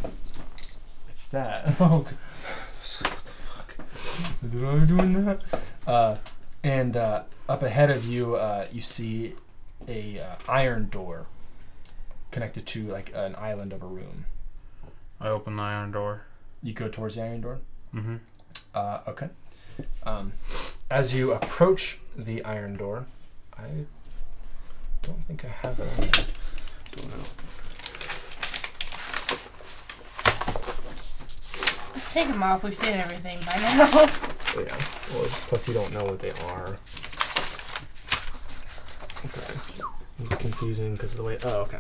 It's that. Oh, g- what the fuck? Did I doing that? Uh, and uh, up ahead of you, uh, you see a uh, iron door connected to like an island of a room. I open the iron door. You go towards the iron door. Mm-hmm. Uh, okay. Um, as you approach the iron door, I don't think I have it. on there. Let's take them off. We've seen everything by now. Well, plus, you don't know what they are. Okay. It's confusing because of the way. Oh, okay.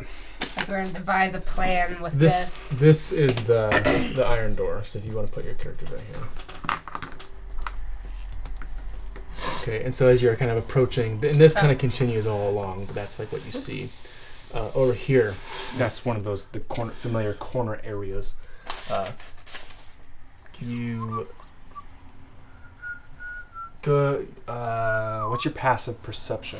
like we're gonna devise a plan with this. This this is the the iron door. So if you want to put your characters right here. Okay, and so as you're kind of approaching, and this kind of continues all along, but that's like what you see. uh, over here. That's one of those the corner, familiar corner areas. Uh, you go. Uh, what's your passive perception?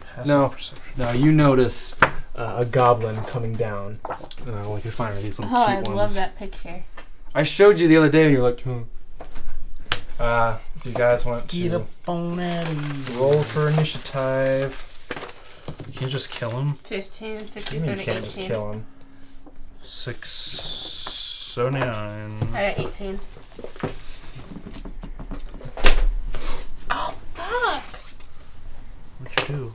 Passive No. perception. Now you notice uh, a goblin coming down. Uh, like you find are these little Oh, cute I ones. love that picture. I showed you the other day, and you're like, hmm. Uh, if you guys want Get to up on that. easy. roll for initiative, You can't just kill him. 15, you 67, can't just 18. kill him. Six seventy nine. I got 18. Oh, fuck! What'd you do?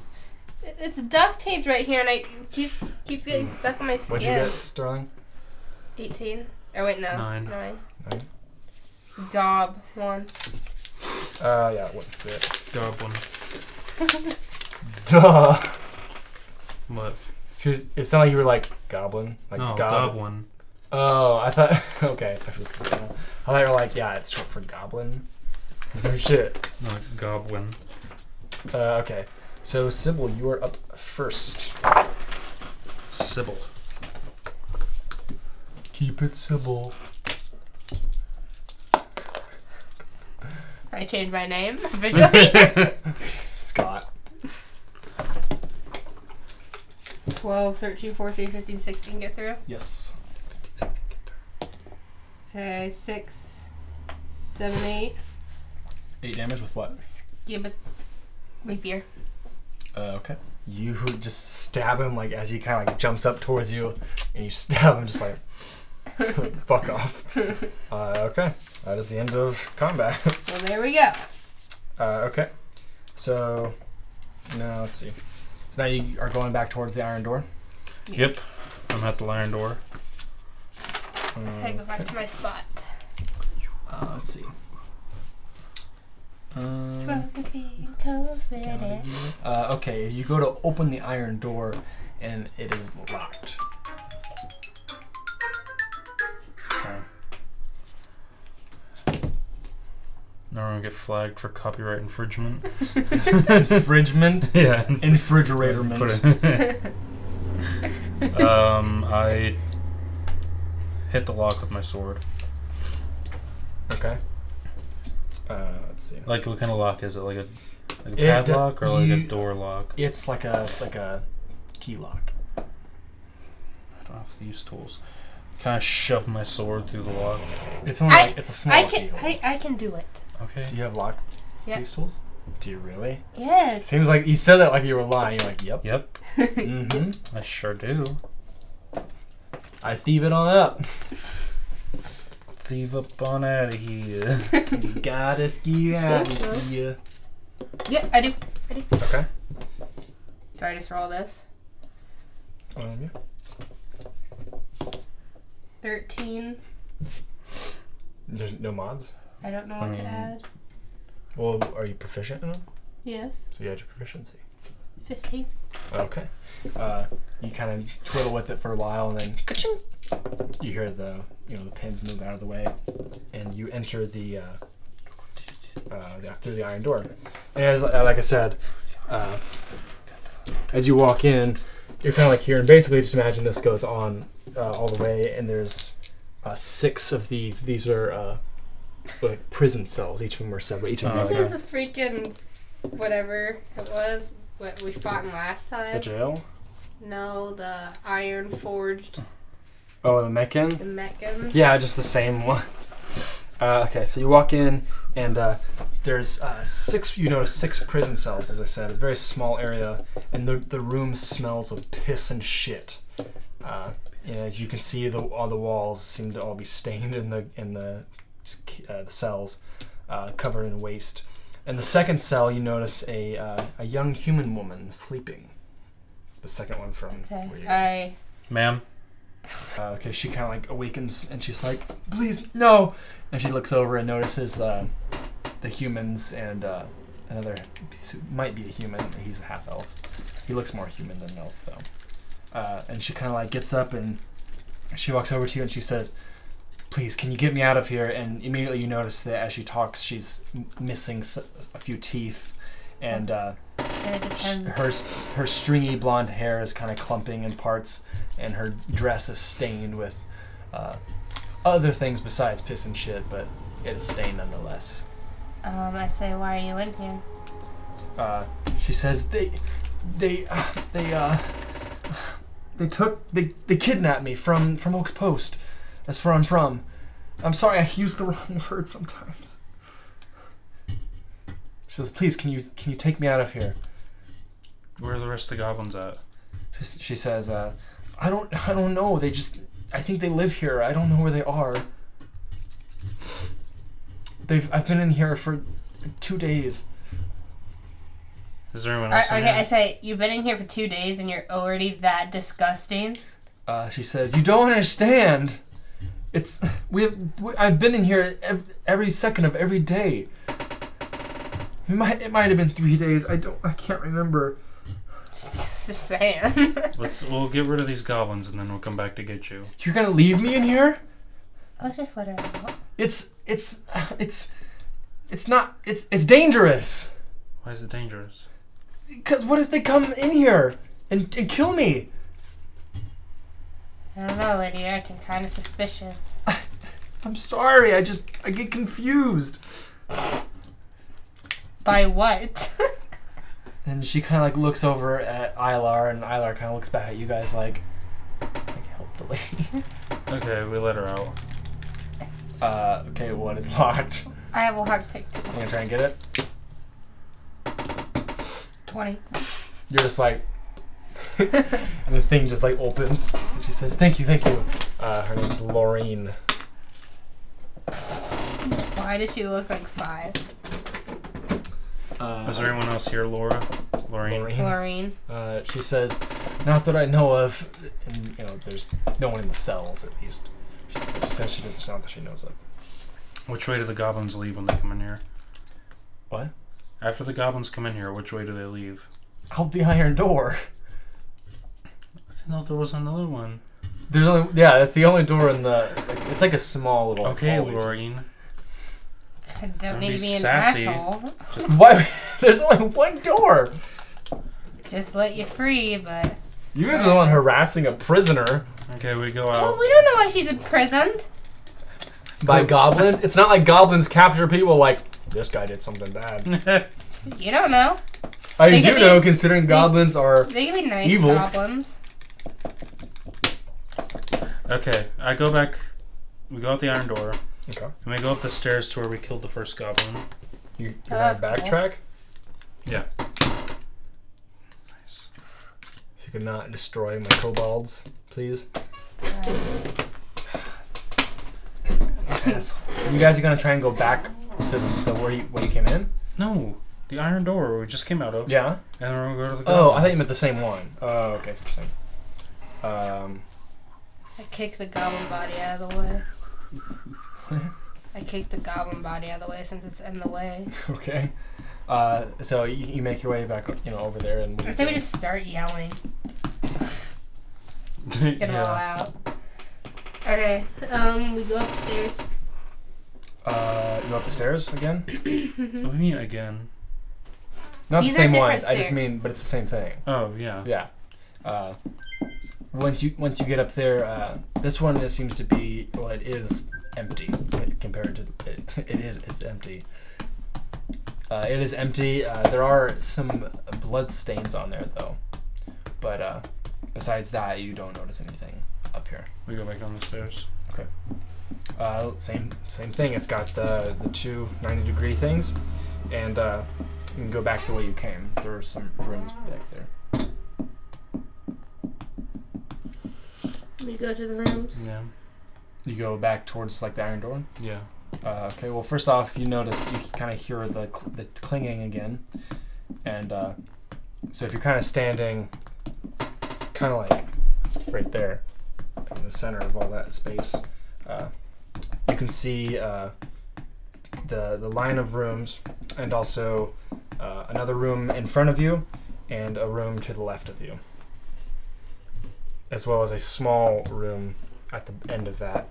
It- It's duct taped right here, and I keep keeps getting stuck on my skin. Hmm. What'd you get, Sterling? 18. Oh wait, no. Nine. Nine. Nine. Dob one. Uh, yeah, it wouldn't fit. Goblin. Duh. What? 'Cause it sounded like you were like goblin, like no, goblin. goblin. Oh, I thought. Okay, I was. I thought you were like, yeah, it's short for goblin. oh shit. Not goblin. Uh, okay, so Sybil, you are up first. Sybil. Keep it Sybil. I changed my name officially. Scott. 12, 13, 14, 15, 16. Get through. Yes. Say six, seven, eight. Eight damage with what? Give it. Leap year. Uh, okay. You just stab him like as he kind of like jumps up towards you, and you stab him just like, fuck off. Uh, okay, that is the end of combat. Well, there we go. Uh, okay. So now let's see. So now you are going back towards the iron door. Yep. I'm at the lion door. I go back to my spot. Um, Uh, let's see. Um, Confident. uh, okay, you go to open the iron door, and it is locked. Now we're gonna get flagged for copyright infringement. Infringement, yeah. inf- infrigeratorment. put it- um, I hit the lock with my sword. Okay. Uh, let's see. Like, what kind of lock is it? Like a, like a It- padlock or like a you- door lock? It's like a like a key lock. I don't have these tools. Kind of shove my sword through the lock. It's only I- like, it's a small I key. can. lock. I, I can do it. Okay. Do you have lock Yeah. these tools? Do you really? Yes. Seems like you said that like you were lying. You're like, yep. Yep. Mm-hmm. I sure do. I thieve it on up. Leave up on out of here. you gotta ski out of here. Yeah, I do. I do. Okay. Do I just roll this? Um, yeah. 13. There's no mods. I don't know what to Um, add. Well, are you proficient in them? Yes. So you had your proficiency. 15. Okay. Uh, you kind of twiddle with it for a while, and then you hear the you know the pins move out of the way, and you enter the uh, uh, the- through the iron door. And as uh, like I said, uh, as you walk in, you're kind of like here, and basically just imagine this goes on uh, all the way, and there's uh, six of these. These are uh, like prison cells. Each of them are separate. Each of them Oh, are This like okay. is a freaking whatever it was what we fought in last a- the time. jail. No, the iron forged Oh, the Meccan. the Meccan. Yeah, just the same ones. Uh, okay, so you walk in, and uh, there's uh, six. You notice six prison cells, as I said. It's a very small area, and the the room smells of piss and shit. Uh, and as you can see, the all the walls seem to all be stained in the in the uh, the cells, uh, covered in waste. In the second cell, you notice a uh, a young human woman sleeping. The second one from where you I Ma'am, uh, okay, she kind of like awakens and she's like, "Please, no!" And she looks over and notices uh, the humans and uh, another might be a human. He's a half elf. He looks more human than an elf though. Uh, and she kind of like gets up and she walks over to you and she says, "Please, can you get me out of here?" And immediately you notice that as she talks, she's m- missing s- a few teeth, and uh, gonna depend. her s- her stringy blonde hair is kind of clumping in parts, and her dress is stained with uh, other things besides piss and shit, but it's stained nonetheless. Um, I say, why are you in here? Uh, she says they they uh, they uh, they took they they kidnapped me from from Oak's Post. That's where I'm from. I'm sorry, I use the wrong word sometimes. She says, "Please, can you can you take me out of here?" Where are the rest of the goblins at? She s- she says, uh, "I don't, I don't know. They just, I think they live here. I don't know where they are. They've, I've been in here for two days. Is there anyone I, else in okay, here? I say, you've been in here for two days and you're already that disgusting. Uh, she says, "You don't understand. It's we have. We, I've been in here ev every second of every day. It might, it might have been three days. I don't, I can't remember. Just saying. Let's we'll get rid of these goblins and then we'll come back to get you. You're gonna leave me in here? Let's just let her out. It's, it's, it's, it's not. It's, it's dangerous." Why is it dangerous? Because what if they come in here and, and kill me? I don't know, lady. You're acting kind of suspicious. I'm sorry, I just I get confused. By what? And she kind of like looks over at Ilar, and Ilar kind of looks back at you guys like, like help the lady. Okay, we let her out. Uh, okay, one is locked. I have a hog pick too. I'm gonna try and get it. 20. You're just like, and the thing just like opens, and she says, "Thank you, thank you." Uh, her name's Laureen. Why does she look like five? Uh, Is there anyone else here, Laura? Lorraine? Laureen. Chlorine. Uh, she says, "Not that I know of." And you know, there's no one in the cells at least. She, she says she doesn't. Not that she knows of. Which way do the goblins leave when they come in here? What? After the goblins come in here, which way do they leave? out the iron door. I didn't know there was another one. There's only yeah, that's the only door in the. Like, it's like a small little. Okay, hallway. Lorraine. I don't, Don't need be to be an sassy. asshole. Why? There's only one door. Just let you free, but. You guys are the one harassing a prisoner Okay, we go Well, out. we don't know why she's imprisoned. by goblins. It's not like goblins capture people like this guy did something bad. You don't know. I Mm. They do could be- know, considering goblins are. They can be nice Evil. goblins. okay, I go back. We go out the iron door, Okay. and we go up the stairs to where we killed the first goblin. You, you Oh, that's gotta backtrack. Yeah. If you could not destroy my kobolds, please. Yes. You guys are gonna try and go back to the where you where you came in. No, the iron door we just came out of. Yeah. And then we'll go to the Oh, goblin. I thought you meant the same one. Oh, okay, that's interesting. Um, I kicked the goblin body out of the way. I kicked the goblin body out of the way since it's in the way. okay. Uh, so you, you make your way back, you know, over there, and I say we just start yelling. Get it all yeah. out. Okay, um, we go upstairs. uh, you go up the stairs again. What do you mean again? Not These the are same different ones. I just stairs. mean, but it's the same thing. Oh yeah. Yeah. Uh, once you once you get up there, uh, this one it seems to be well, it is empty like, compared to it. It is it's empty. Uh, it is empty. Uh, there are some blood stains on there though, but uh, besides that, you don't notice anything up here. We go back down the stairs. Uh, same same thing. It's got the the two 90 degree things, and uh, you can go back the way you came. There are some rooms back there. We go to the rooms. Yeah. You go back towards like the iron door. Yeah. Uh, okay, well, first off, you notice you kind of hear the, cl- the clinging again. And uh, so if you're kind of standing, kind of like right there, in the center of all that space, uh, you can see uh, the, the line of rooms and also uh, another room in front of you and a room to the left of you, as well as a small room at the end of that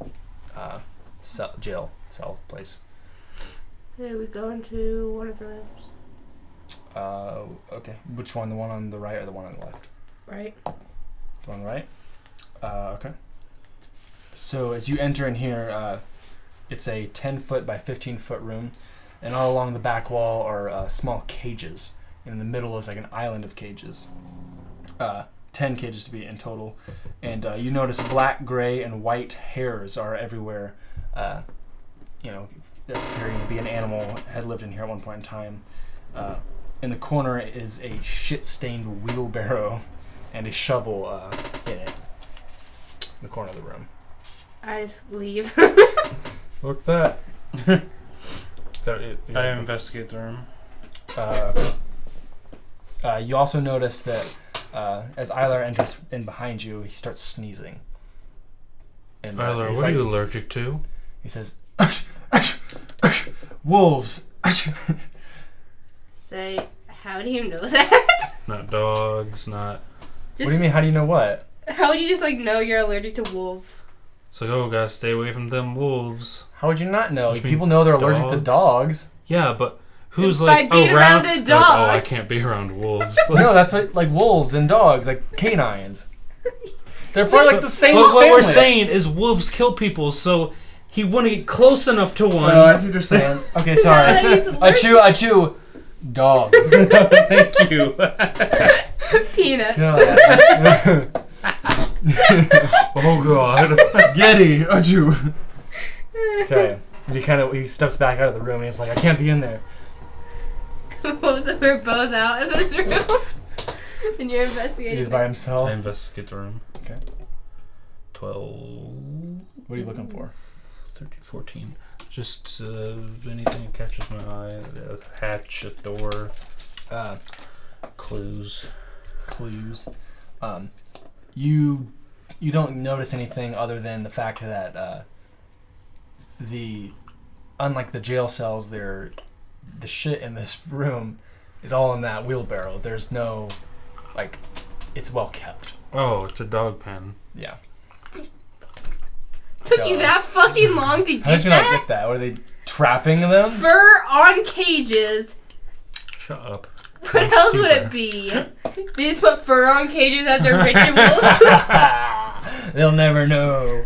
uh, cell, jail cell place. Okay, we go into one of the rooms. Uh, okay. Which one? The one on the right or the one on the left? Right. The one right. Uh, okay. So as you enter in here, uh, it's a 10 foot by 15 foot room, and all along the back wall are uh, small cages. And in the middle is like an island of cages. Uh, 10 cages to be in total. And uh, you notice black, gray, and white hairs are everywhere. Uh, you know, appearing to be an animal had lived in here at one point in time. Uh, in the corner is a shit stained wheelbarrow and a shovel uh, in it. In the corner of the room. I just leave. Look that. so it, it I investigate the room. uh, uh, you also notice that uh, as Eilar enters in behind you, he starts sneezing. And uh, Eiler, he's what like- are you allergic to? He says, "Ush, ush, ush, "Wolves." ush." Say, how do you know that? Not dogs, not. what do you mean? How do you know what? How would you just like know you're allergic to wolves? It's like, oh, gotta stay away from them wolves. How would you not know? Which mean People know they're allergic to dogs. dogs? Yeah, but who's By like being around? around a like, dog. oh, I can't be around wolves. Like, no, that's what like wolves and dogs, like canines. They're part of like the same But what we're family. saying is wolves kill people, so he wouldn't get close enough to one. Oh, I see what you're saying. Okay, sorry. Now that he's I chew. I chew. Dogs. Thank you. Peanut. oh god. Yeti, a Jew. okay. And he kind of he steps back out of the room and he's like, I can't be in there. so we're both out of this room. and you're investigating. He's by I himself. investigate the room. Oh. Okay. 12, What are you looking for? 13, 14. Just uh, anything that catches my eye. A hatch, a door, Uh, clues. clues. Um, you you don't notice anything other than the fact that uh, the unlike the jail cells, there the shit in this room is all in that wheelbarrow. There's no like it's well kept. Oh, it's a dog pen. Yeah. Took you God. that fucking long to How get did you not that? get that? Were they trapping them? Fur on cages. Shut up. What else would it be? They just put fur on cages as their rituals. They'll never know.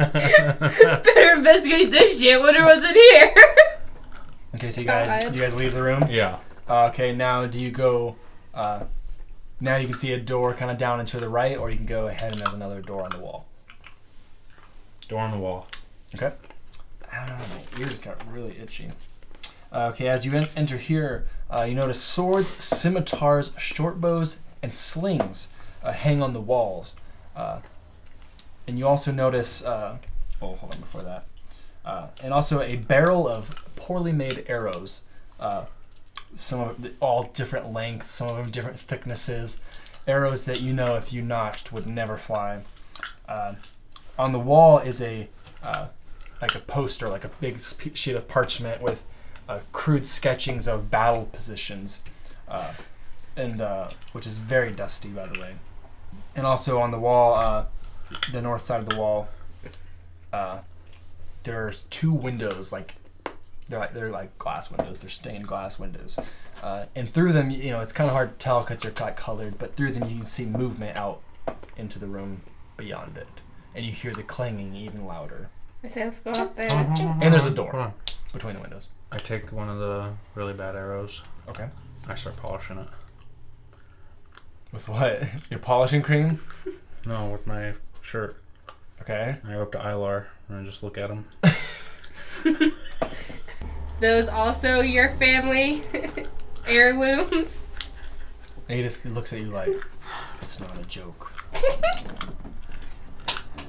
Better investigate this shit. Wonder what's in here. Okay, so you guys, Five. you guys leave the room. Yeah. Uh, okay, now do you go? Uh, now you can see a door kind of down and to the right, or you can go ahead and there's another door on the wall. Door on the wall. Okay. Ow, Ah, my ears got really itchy. Uh, okay, as you en- enter here, uh, you notice swords, scimitars, short bows, and slings uh, hang on the walls. Uh, and you also notice. Uh, oh, hold on before that. Uh, and also a barrel of poorly made arrows. Uh, some of the, all different lengths, some of them different thicknesses. Arrows that you know if you notched would never fly. Uh, on the wall is a uh, like a poster, like a big sp- sheet of parchment with uh, crude sketchings of battle positions, uh, and uh, which is very dusty, by the way. And also on the wall, uh, the north side of the wall, uh, there's two windows, like they're like they're like glass windows, they're stained glass windows, uh, and through them, you know, it's kind of hard to tell because they're like colored, but through them you can see movement out into the room beyond it, and you hear the clanging even louder I say let's go out there. Hold Uh-huh. on, hold on, And there's hold a on, door. hold on. between the windows. I take one of the really bad arrows. Okay. I start polishing it. With what? Your polishing cream? No, with my shirt. Okay. I go up to Ilar and I just look at him. Those also your family heirlooms. And he just looks at you like, it's not a joke.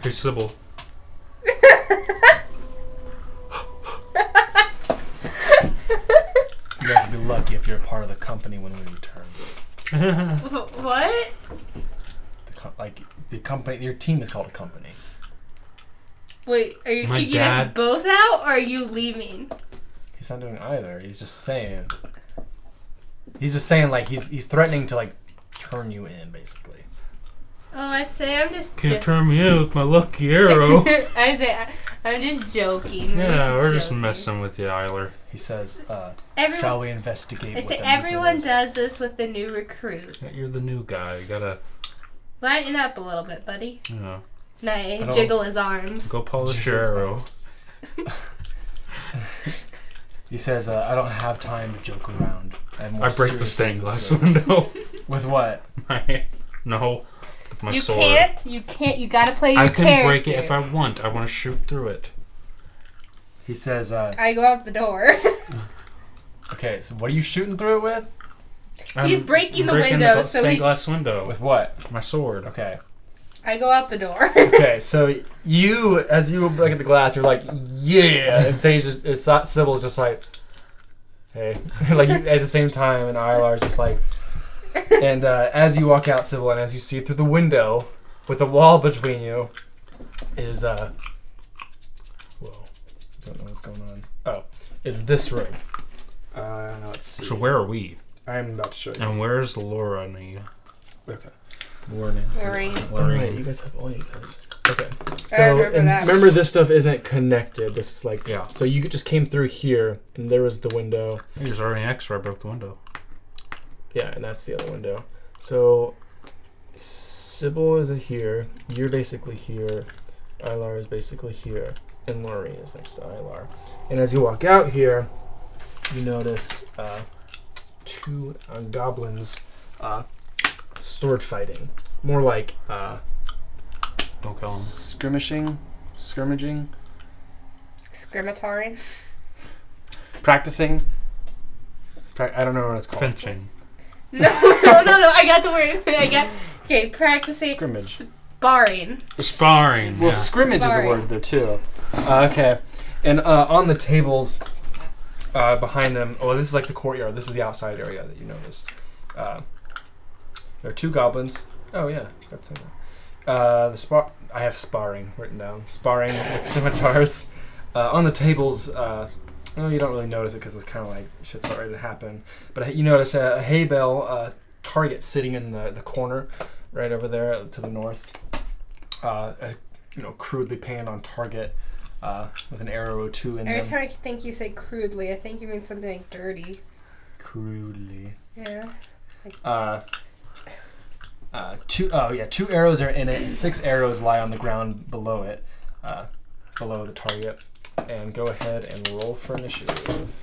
Hey, Sybil. You guys will be lucky if you're part of the company when we return. Wh- What? The co- like, the company, your team is called a company. Wait, are you My kicking us dad- both out, or are you leaving? Oh, He's not doing either. He's just saying. He's just saying, like, he's, he's threatening to, like, turn you in, basically. Oh, I say I'm just. Can't jo- turn me out with my lucky arrow. I say I- I'm just joking. I'm yeah, we're just joking. messing with you, Eiler. He says, uh, Everyone, "Shall we investigate?" I what say the number everyone is? does this with the new recruit. You're the new guy. You gotta, Lighten up a little bit, buddy. you know, No, I don't- jiggle his arms. go polish your Jesus. arrow. He says, uh, "I don't have time to joke around." I, have more I break the serious stained things to glass do." window. With what? my no, with my you sword. can't. You can't. You gotta play your I can character. break it if I want. I want to shoot through it. He says, uh, I go out the door. "Okay, so what are you shooting through it with? He's I'm breaking the breaking window, gla- so stained he- glass window with With what?" my sword. Okay. I go out the door. Okay, so you, as you look at the glass, you're like, yeah, and Sage is, is Si- Sybil's just like, hey, like you, at the same time, and Ilar is just like, and uh, as you walk out, Sybil, and as you see through the window with the wall between you, is uh, whoa, don't know what's going on. Oh, is this room? Uh, now let's see. So where are we? I'm about to show you. And where's Laura? and you? Okay. Laura. Lorraine. Lorraine. guys have all you guys. Okay. I So remember and that. remember, this stuff isn't connected. This is like Yeah. So you just came through here, and there was the window. There's already an X where I broke the window. Yeah, and that's the other window. So Sybil is here. You're basically here. Ilar is basically here, and Lorraine is next to Ilar. And as you walk out here, you notice uh, two uh, goblins uh, sword fighting. More like uh, Don't kill him. Skirmishing, skirmaging, Scrimmatory. practicing. pra- I don't know what it's called. Fencing. No, no, no, no. I got the word. I got. Okay, practicing. Scrimmage. Sparring. Sparring. Well, yeah. scrimmage is a Sparring. word though too. Uh, okay. And uh, on the tables uh, behind them, oh, this is like the courtyard. This is the outside area that you noticed. Uh, there are two goblins. Oh, yeah. That's in there. Uh, the spar- I have sparring written down. Sparring with scimitars. Uh, on the tables, uh, well, you don't really notice it because it's kind of like shit's about ready to happen. But you notice a, a hay bale uh, target sitting in the, the corner right over there to the north. Uh, a, you know, crudely panned on target uh, with an arrow or two in Every them. time I think you say crudely, I think you mean something like dirty. Crudely. Yeah. Uh, uh, two, oh yeah, two arrows are in it, and six arrows lie on the ground below it, uh, below the target. And go ahead and roll for initiative.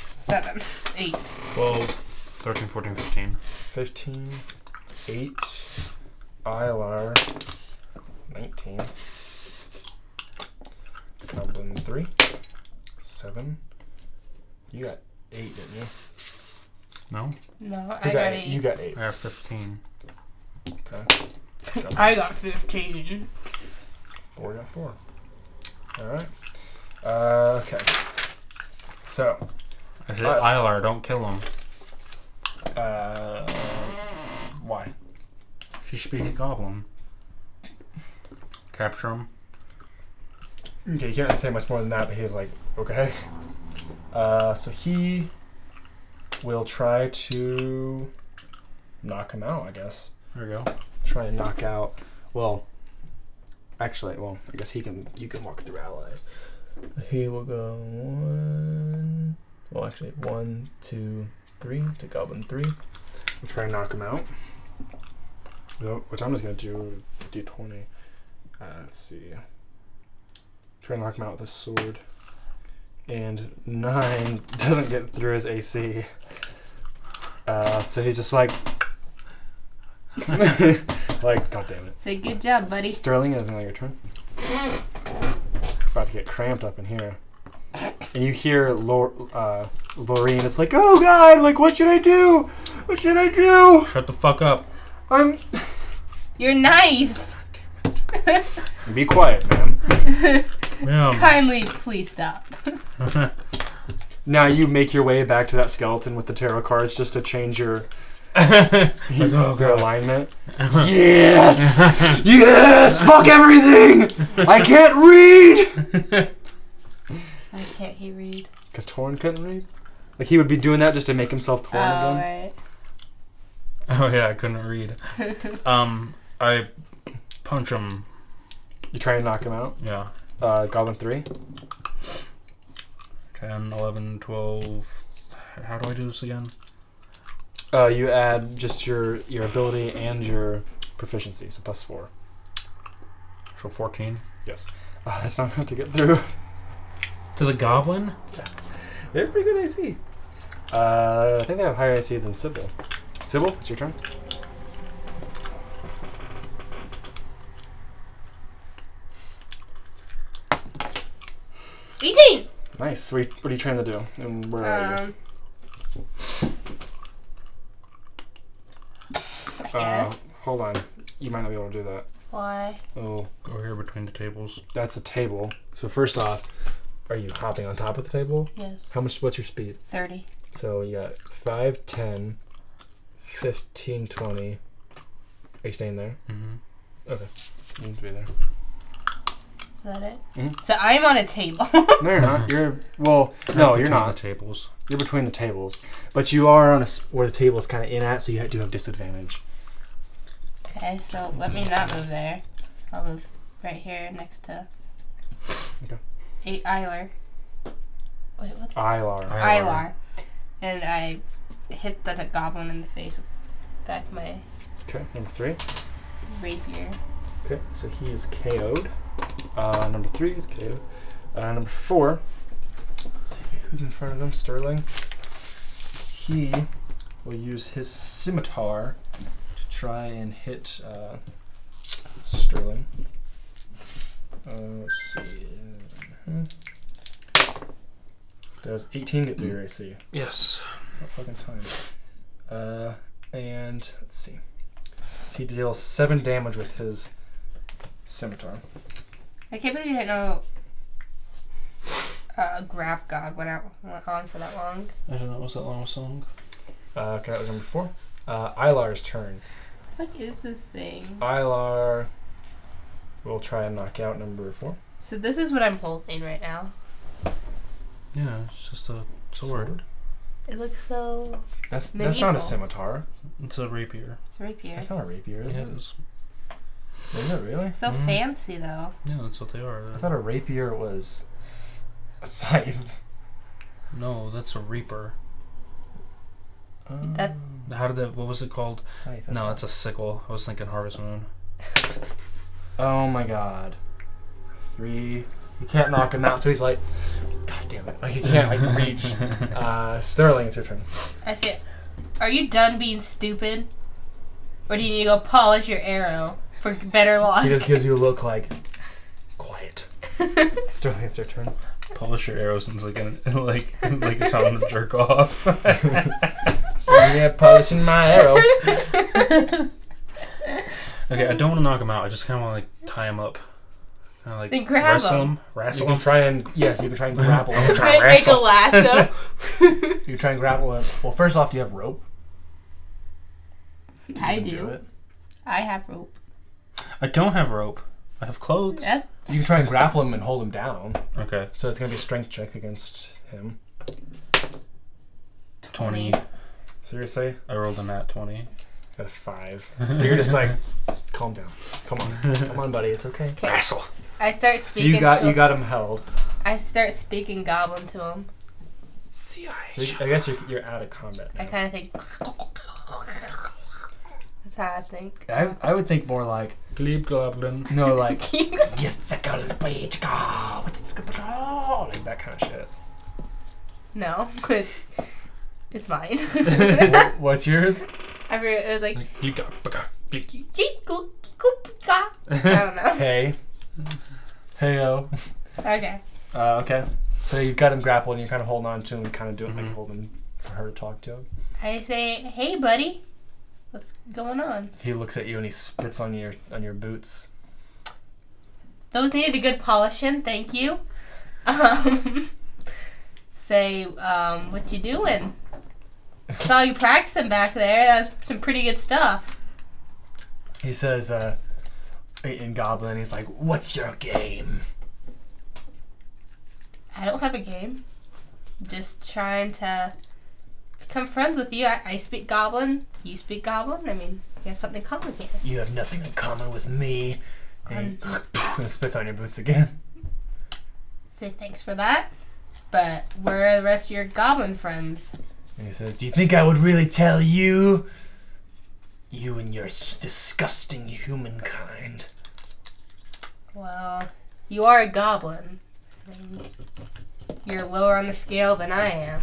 Seven. Eight. 12, 13, 14, 15. 15, 8, ILR, 19, Goblin 3, 7. You got 8, didn't you? You No? No, I got eight. You got 8. I have 15. Okay. I got fifteen. 4 got 4. Alright. Uh, okay. So, I said, Uh, Ilar, don't kill him. uh, why? She speaks goblin. Capture him. Okay, he can't say much more than that, but he's like, okay. Uh, so he will try to knock him out, I guess. There we go. Try and knock out. Well, actually, well, I guess he can. You can walk through allies. He will go one. Well, actually, one, two, three to Goblin three. I'll try and knock him out. Nope, Which I'm just gonna do d20. Uh, let's see. Try and knock him out with a sword. And nine doesn't get through his AC. Uh, so he's just like, like, god damn it. Say good job, buddy. Sterling is now your turn. About to get cramped up in here. And you hear Lor- uh, Lorraine, it's like, oh god, like, what should I do? What should I do? Shut the fuck up. I'm. You're nice. Be quiet, ma'am. Yeah. Kindly, please stop. Now you make your way back to that skeleton with the tarot cards just to change your, Like, oh, your God. alignment. yes! yes! Fuck everything! I can't read! Why can't he read? Because Torrin couldn't read? Like, he would be doing that just to make himself Oh, Torrin again? right. Oh, yeah, I couldn't read. Um, I punch him. You try and knock him out. Yeah. Uh, Goblin 3. Try 10, 11, 12. How do I do this again? Uh, you add just your your ability and your proficiency, so plus four. So 14. Uh, Oh, that's not enough to get through. To the goblin? They're pretty good AC. Uh, I think they have higher AC than Sybil. Sybil, it's your turn. Eighteen. Nice. What are you, what are you trying to do? And where are you? Um. I guess. Uh, hold on. You might not be able to do that. Why? Oh, Go here between the tables. that's a table. So first off, are you hopping on top of the table? Yes. How much? What's your speed? Thirty. So you got 5, 10, 15, 20. Are you staying there? Mm-hmm. You need to be there. Is that it? Mhm. So I'm on a table. No, you're not. You're well. No, you're The not. tables. You're between the tables, but you are on a s- where the table is kind of in at, so you ha- do have disadvantage. okay, so let me not move there. I'll move right here next to. Okay. Eight Eiler. Wait, what's Ah, Ilar. Eilar? And I hit the, goblin in the face with the back of my Okay, number three. rapier. Okay, so he is KO'd. Uh, number three is KO'd. Uh, number four. Let's see who's in front of them. Sterling. He will use his scimitar to try and hit uh, Sterling. Uh, let's see. Uh, hmm. Mhm. Does 18 get through your AC? Yes. What fucking time? Uh, and let's see. So he deals 7 damage with his scimitar. I can't believe you didn't know. Uh, Grab God went out went on for that long. I don't know. Was that long song? Uh, okay, that was number 4. Uh, Ilar's turn. What is this thing? Ilar will try and knock out number 4. So this is what I'm holding right now. Yeah, it's just a sword. It looks so. That's, that's not a Medieval. scimitar. It's a rapier. It's a rapier. That's not a rapier, is Yeah, it? it's- Is it really? So Mhm. fancy though. yeah, that's what they are. I thought a rapier was a scythe. No, that's a reaper. That- How did that? What was it called? Oh. scythe. No, it's a sickle. I was thinking Harvest Moon. Oh my god. Three. You can't knock him out, so he's like, God damn it! Like you can't like reach. Uh, Sterling, it's your turn. I see. Are you done being stupid? Or do you need to go polish your arrow for better luck? He just gives you a look like, quiet. Sterling, it's your turn. Polish your arrows and it's like an, like like a time to jerk off. So yeah, polishing my arrow. Okay, I don't want to knock him out. I just kind of want to like tie him up. Kind of like Then grab wrestle him. him, You wrestle can him. try and yes, you can try and grapple him. Make, make a lasso. You can try and grapple him. Well, first off, do you have rope? I You can do. it. I have rope. I don't have rope. I have clothes. That, You can try and grapple him and hold him down. Okay, So it's gonna be a strength check against him. twenty. Seriously? I rolled a nat twenty. Got a five. So you're just like, calm down. Come on. Come on, buddy. It's okay. Okay. I start So speaking. you got to you him. got him held. I start speaking goblin to him. So you, I guess you're, you're out of combat. I kind of think. That's how I think. I, I would think more like Glebe goblin. no like "Yes, I got a beach, go, what the fuck, bro," like that kind of shit. no, it's mine. What- What's yours? I re- it was like Like, you got. I don't know. Hey. Hey oh. Okay. Uh, okay. So you've got him grappled and you're kind of holding on to him, kind of doing like Mhm. holding for her to talk to him. I say, hey, buddy, what's going on? He looks at you and he spits on your on your boots. Those needed a good polishing. Thank you. Um, say, um, what you doing? Saw you practicing back there. That was some pretty good stuff. He says, uh, in Goblin, he's like, What's your game? I don't have a game. Just trying to become friends with you. I, I speak Goblin. You speak Goblin. I mean, we have something in common here. You have nothing in common with me. And he spits on your boots again. Say thanks for that. But where are the rest of your goblin friends? And he says, Do you think I would really tell you? You and your h- disgusting humankind. Well, you are a goblin. And You're lower on the scale than I am.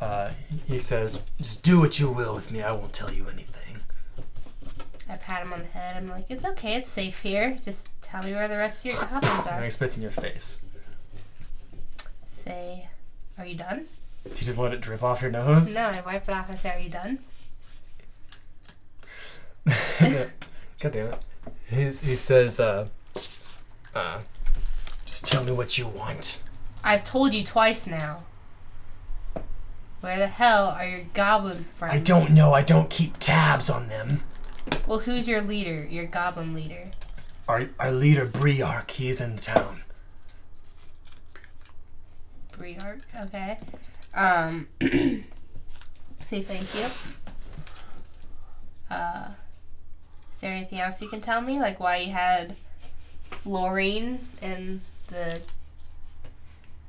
Uh, he says, Just do what you will with me. I won't tell you anything. I pat him on the head. I'm like, it's okay, it's safe here. Just tell me where the rest of your goblins And are. he spits in your face. Say, are you done? Do you just let it drip off your nose? No, I wipe it off. I say, are you done? God damn it. He's, he says, uh, uh, Just tell me what you want. I've told you twice now. Where the hell are your goblin friends? I don't know. I don't keep tabs on them. Well, who's your leader? Your goblin leader. Our, our leader, Briark, he's in town. Briark, okay. Um, say thank you. Uh, is there anything else you can tell me? Like why you had Lorraine in the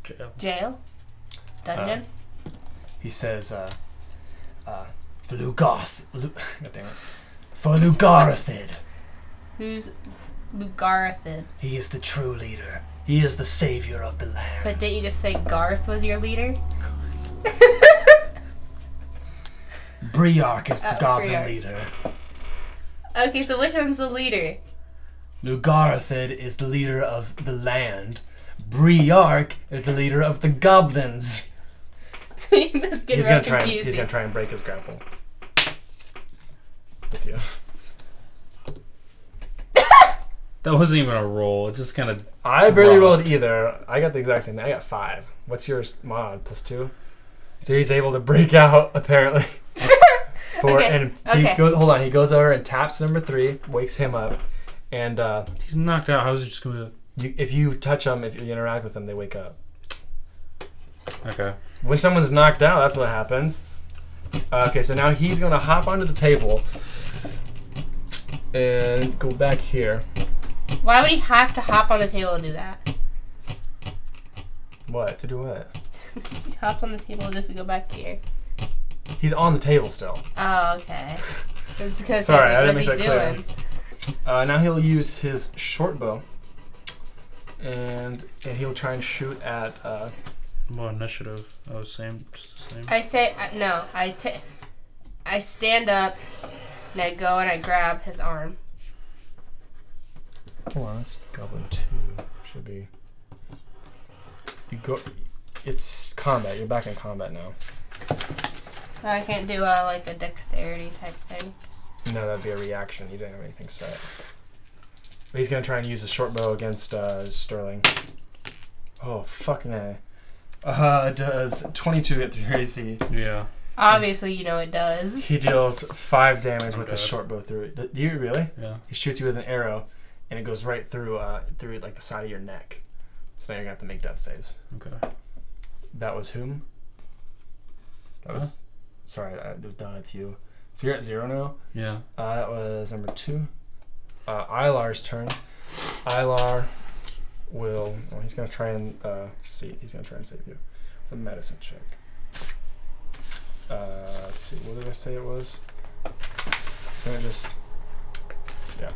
Jail. jail? Dungeon? Uh. He says, uh, uh, for Lugarth, Lu- God damn it. For Lugarathid, who's Lugarathid? he is the true leader. He is the savior of the land. But didn't you just say Garth was your leader? Briark is the Oh, goblin Briarch. leader. okay, so which one's the leader? Lugarathid is the leader of the land. Briark is the leader of the goblins. this is getting real confusing. try and break his grapple. With you. That wasn't even a roll. It just kind of. I barely Drop. rolled either. I got the exact same thing. I got five. What's yours mod? Plus two? So he's able to break out, apparently. Four Okay, and he okay. goes hold on, he goes over and taps number three, wakes him up, and uh He's knocked out. How's he just gonna? you, if you touch them, if you interact with them, they wake up. Okay. When someone's knocked out, that's what happens. Uh, okay, so now he's gonna hop onto the table and go back here. Why would he have to hop on the table to do that? What to do? What? He hops on the table just to go back here. He's on the table still. Oh, okay. It was because Sorry, I I was didn't make like, what's he that clear. doing? Uh, now he'll use his short bow, and and he'll try and shoot at. Uh, Well, initiative. Oh, same. Same. I say I, no. I ta- I stand up and I go and I grab his arm. hold on, that's goblin two. Should be. You go. It's combat. You're back in combat now. I can't do a like a dexterity type thing. No, that'd be a reaction. You didn't have anything set. But he's gonna try and use a short bow against uh, Sterling. Oh fucking a! Uh, does 22 hit through your AC? Yeah. Obviously, you know it does. He deals five damage with his Okay. short bow through it. Do- Do you really? Yeah. He shoots you with an arrow, and it goes right through uh, through like the side of your neck. So now you're gonna have to make death saves. Okay. That was whom? That Huh? was. Sorry, I, duh, it's you. So you're at zero now. Yeah. Uh, that was number two. Uh, Ilar's turn. Ilar will. Well, he's gonna try and uh, see. He's gonna try and save you. It's a medicine check. Uh, let's see. What did I say it was? Can I just? Yeah.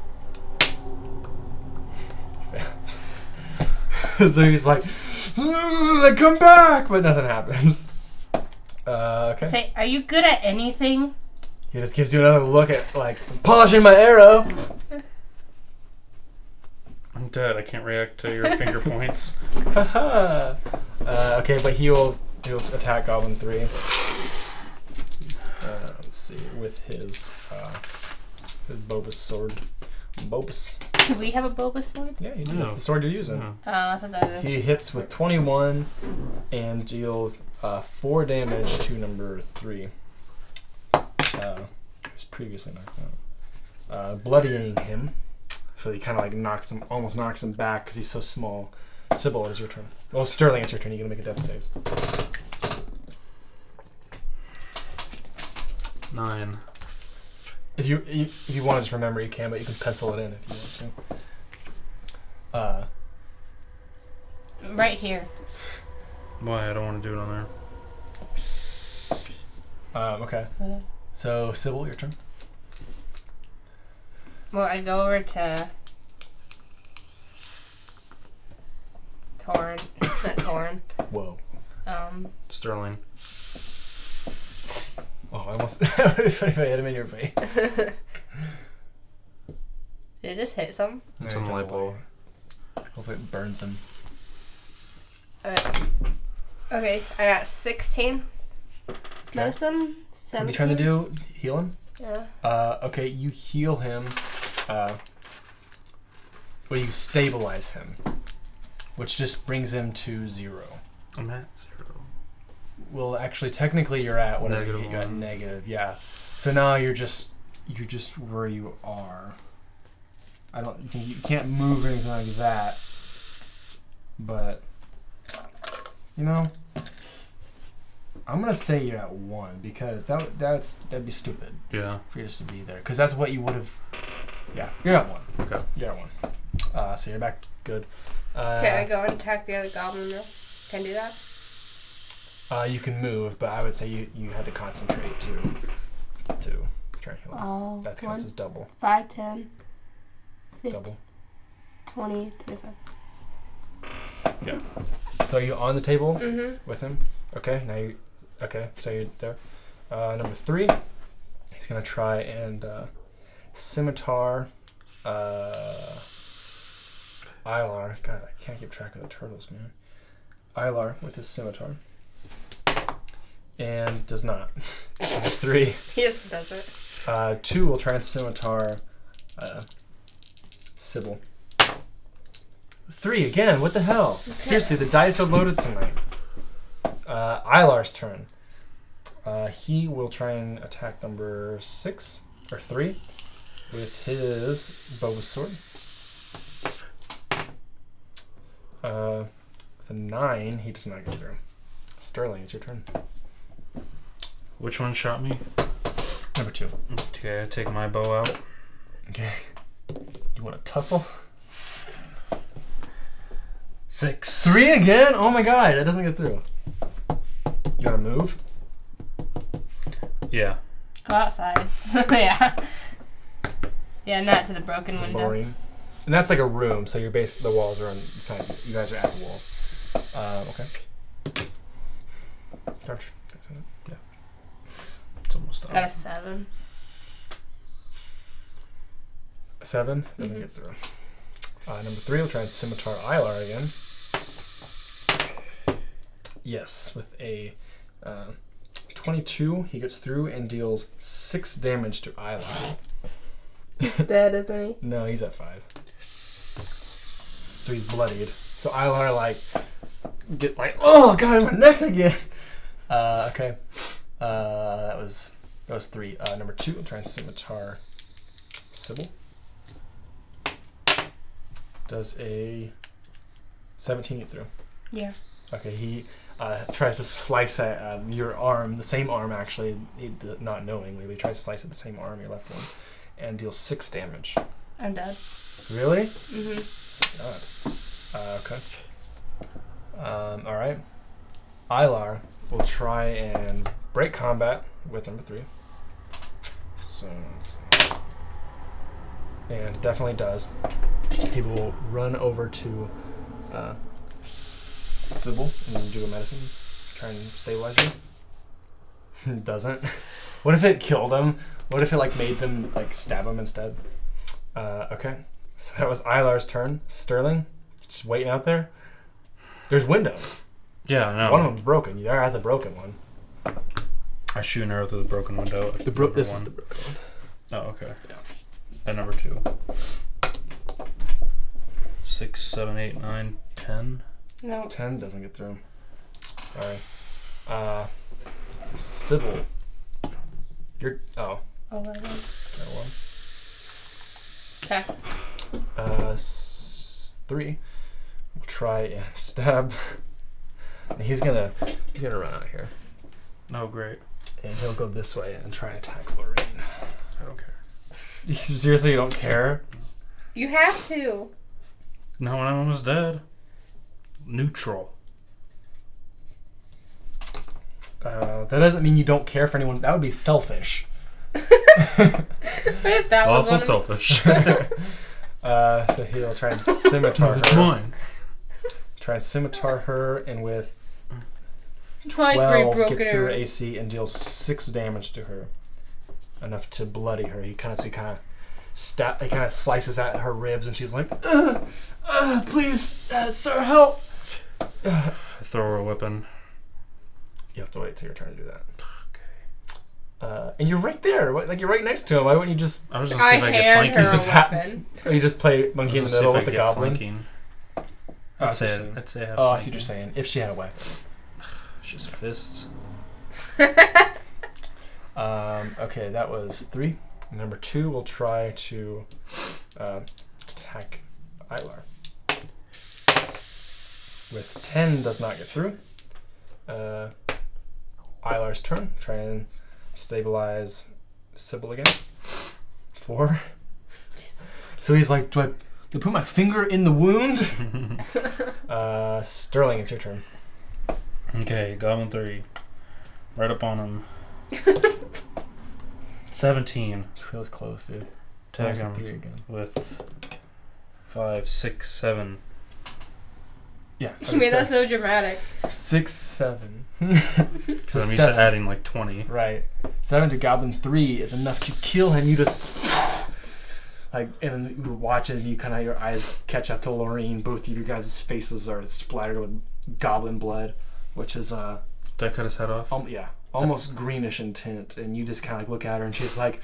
Fails. so he's like, "Mm, "Come back," but nothing happens. Uh, okay. Say, are you good at anything? He just gives you another look at like polishing my arrow. I'm dead. I can't react to your finger points. Haha. uh, okay, but he will he'll attack Goblin three. Uh, let's see with his uh, his Bobus sword. Bobus. Do we have a Boba sword? Yeah, you do. No. That's the sword you're using. Yeah. Oh, I thought that was He hits with 21 and deals uh, four damage to number three. Uh, who was previously knocked out. Uh, bloodying him, so he kind of like knocks him, almost knocks him back because he's so small. Sybil, it is your turn. Well, Sterling, it's your turn. You gotta make a death save. Nine. If you if if you want to just remember, you can, but you can pencil it in if you want to. Uh, right here. Why? I don't want to do it on there. Um, okay. Okay. So, Sybil, your turn. Well, I go over to Torn, not Torn. Whoa. Um, Sterling. Oh, I almost. it would be funny if I hit him in your face. did it just hit some? It's Yeah, on it's the on light the bulb. Hopefully, it burns him. Okay, I got 16. Medicine? What are 17. you trying to do? Heal him? Yeah. Uh, okay, you heal him. Uh, well, you stabilize him, which just brings him to zero. I'm at zero. Well, actually, technically, you're at whatever Negative you got one. negative. Yeah. So now you're just you're just where you are. I don't. You, can, you can't move or anything like that. But you know, I'm gonna say you're at one because that would- that's that'd be stupid Yeah. for you just to be there because that's what you would have. Yeah, you're at one. Okay. You're at one. Uh, so you're back good. Uh, Can I go and attack the other goblin now? Can I do that? Uh, you can move, but I would say you, you had to concentrate to to try and heal. him. Oh, that counts as double. 5, 10, Double. 20, 25. So you on the table Mm-hmm. with him? Okay. Now you. Okay. So you're there. Uh, number three. He's gonna try and uh, scimitar. Uh, Ilar. God, I can't keep track of the turtles, man. Ilar with his scimitar. And does not. Number three. He just does it. Uh, two will try and scimitar uh, Sybil. Three again. What the hell? Seriously, the dice are loaded tonight. Uh, Ilar's turn. Uh, he will try and attack number six or three with his bow with sword. Uh, with a nine, he does not get through. Sterling, it's your turn. Which one shot me? Number two. Okay, I take my bow out. Okay. You want to tussle? Six. Three again? Oh my god, that doesn't get through. You want to move? Yeah. Go outside. yeah. Yeah, not to the broken window. Lorraine. And that's like a room, so you're bas the walls are on. kind of- You guys are at the walls. Uh, okay. Doctor, that's it. It's almost Got a out. 7. Seven doesn't Mhm. get through. Uh, number three, we'll try and scimitar Ilar again. Yes, with a uh, 22, he gets through and deals six damage to Ilar. Dead, isn't he? No, he's at five. So he's bloodied. So Ilar like get like oh god my neck again. Uh, okay, uh, that was that was three. Uh, number two, I'm trying scimitar Sybil. Does a seventeen get through? Yeah. Okay, he uh, tries to slice at uh, your arm, the same arm actually, he, d- not knowingly, but he tries to slice at the same arm, your left one, and deals six damage. I'm dead. Really? Mm-hmm. Oh God. Uh, okay. Um, all right. Ilar will try and break combat with number three. So let's see. And definitely does. He will run over to uh, Sybil and do a medicine, try and stabilize him. Doesn't. What if it killed him? What if it like made them like stab him instead? Uh, okay. So that was Ilar's turn. Sterling, just waiting out there. There's window. Yeah, I know. One of them's broken. You're at the broken one. I shoot an arrow through the broken window. The bro- this is the broken one. Oh, okay. Yeah. At number two. Six, seven, eight, nine, ten. No. Ten doesn't get through. Sorry. Uh, Sybil. You're oh 11. that one. Okay. Uh, s- three. We'll try and stab. he's gonna he's gonna run out here Oh, great. and he'll go this way and try and attack Lorraine. I don't care. You Seriously, you don't care? You have to. No, when I'm almost dead. Neutral. Uh, that doesn't mean you don't care for anyone. That would be selfish. What if that Awful was one of selfish. Uh, so he'll try and scimitar It's her. mine. Try and scimitar her, and with Try great 12 broken gets through her arrow. AC and deals six damage to her, enough to bloody her. He kind of, so he kind of, stab, he kind of slices at her ribs, and she's like, "Ugh, ugh, "Please, uh, sir, help!" Throw her a weapon. You have to wait till your turn to do that. Uh, and you're right there, what- like you're right next to him. Why wouldn't you just, I was gonna see I if I get hand flanking. her This a is hap- weapon. or you just play I was monkey in the gonna see if middle I with the get goblin? flanking. Oh, I I'd see say, what you're saying. I'd say I have Oh, I see what flanking. you're saying. If she had a weapon. It's Just fists. Um, okay, that was three. Number two will try to uh, attack Ilar. With ten does not get through. Uh, Ilar's turn. Try and stabilize Sybil again. Four. So he's like, do I, do I put my finger in the wound? uh, Sterling, it's your turn. Okay, Goblin 3. Right up on him. 17. It was close, dude. Tag Times the him three again. with 5, 6, 7. Yeah. You made that so dramatic. Six, seven. Hmm. Because I'm used Seven. to adding like 20. Right. Seven to Goblin three is enough to kill him. You just like, and then you watch as you kind of your eyes catch up to Lorraine. Both of you guys' faces are splattered with goblin blood, which is uh, Did I cut his head off? um, yeah, almost greenish in tint. And you just kind of like look at her, and she's like,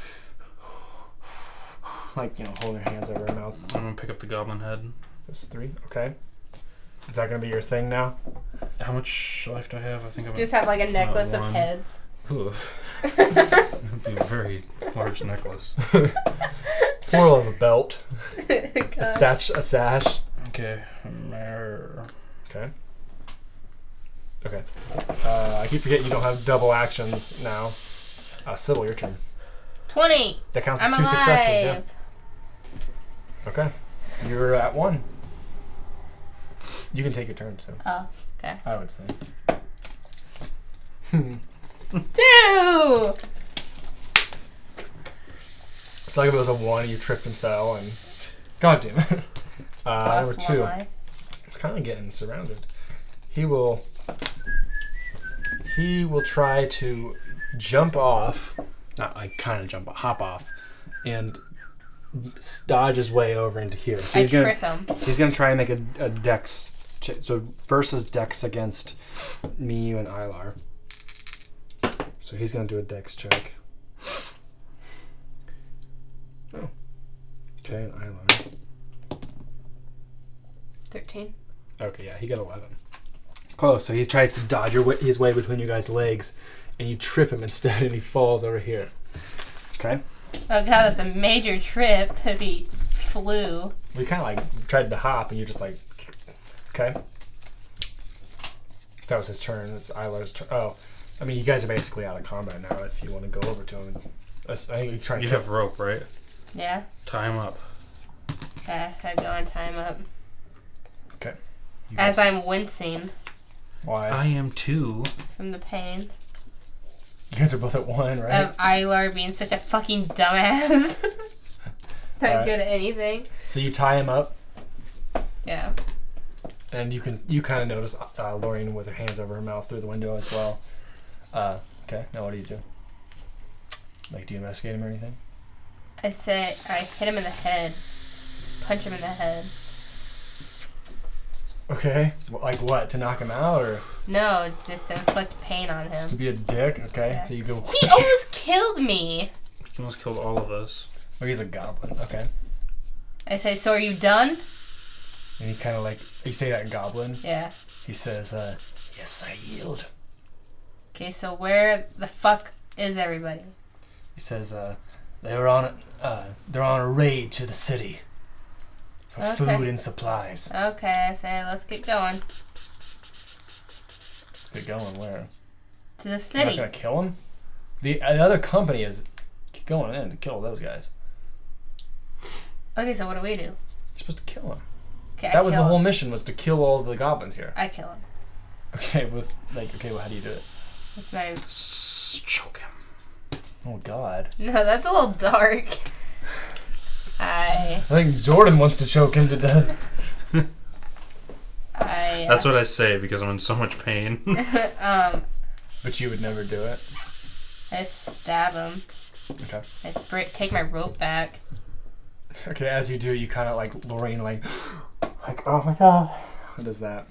like you know, holding her hands over her mouth. I'm gonna pick up the goblin head. There's three. Okay. Is that gonna be your thing now? How much life do I have? I think I'm Just have like a necklace of one. heads. Oof. It'd be a very large necklace. It's more of a belt, a God. satch, a sash. Okay. mer- Okay. Okay. Uh, I keep forgetting you don't have double actions now. Uh, Sybil, your turn. 20. That counts as I'm two alive. successes. Yeah. Okay. You're at one. You can take your turn too. Oh, I would say. Oh. Uh, Two! It's like if it was a one, you tripped and fell, and God damn it. Uh, Plus number one two. life. It's kind of getting surrounded. He will. He will try to jump off. Not like kind of jump, but hop off, and s- dodge his way over into here. So I he's gonna trip him. he's gonna try and make a, a dex. Ch- so versus dex against me, you, and Ilar. So he's gonna do a dex check. Oh. Okay, and Ilar. 13. Okay, yeah, he got 11. He's close, so he tries to dodge your, wa- his way between you guys' legs, and you trip him instead, and he falls over here. Okay. Oh god, that's a major trip if he flew. We kind of like tried to hop, and you're just like, okay. That was his turn. It's Ilar's turn. Oh, I mean, you guys are basically out of combat now if you want to go over to him. And, I s- I think you're trying You to. have rope, right? Yeah. Tie him up. Okay, I go on time up. Okay. As I'm wincing Why? I am too. from the pain you guys are both at one, right? of Ilar being such a fucking dumbass. Not Alright. good at anything. so you tie him up, Yeah. and you can you kind of notice uh, Lorraine with her hands over her mouth through the window as well. Uh, okay, now what do you do? Like, do you investigate him or anything? I say I hit him in the head. Punch him in the head. Okay, Wh- like what to knock him out or No, just to inflict pain on just to him. be a dick? Okay, Yeah. so you go. He almost killed me. He almost killed all of us. Oh, he's a goblin. Okay, I say, so are you done? and he kind of like you say that in goblin. Yeah. He says, uh, "Yes, I yield." Okay, so where the fuck is everybody? He says, uh, "They were on a, uh, they're on a raid to the city for Okay. food and supplies." Okay, I say, let's get going They're going where? to the You're not city. gonna kill him. The, uh, the other company is going in to kill those guys. Okay, so what do we do? You're supposed to kill him. Okay, I that was the kill whole Him. mission was to kill all the goblins here. I kill him. Okay, with like okay, well, how do you do it? That's my. Choke him. Oh God! No, that's a little dark. I. I think Jordan wants to choke him to death. I. That's what I say because I'm in so much pain. um, But you would never do it. I stab him. Okay. I br- take my rope back. Okay. As you do, you kind of like Lorraine, like, like, oh my God. What is that?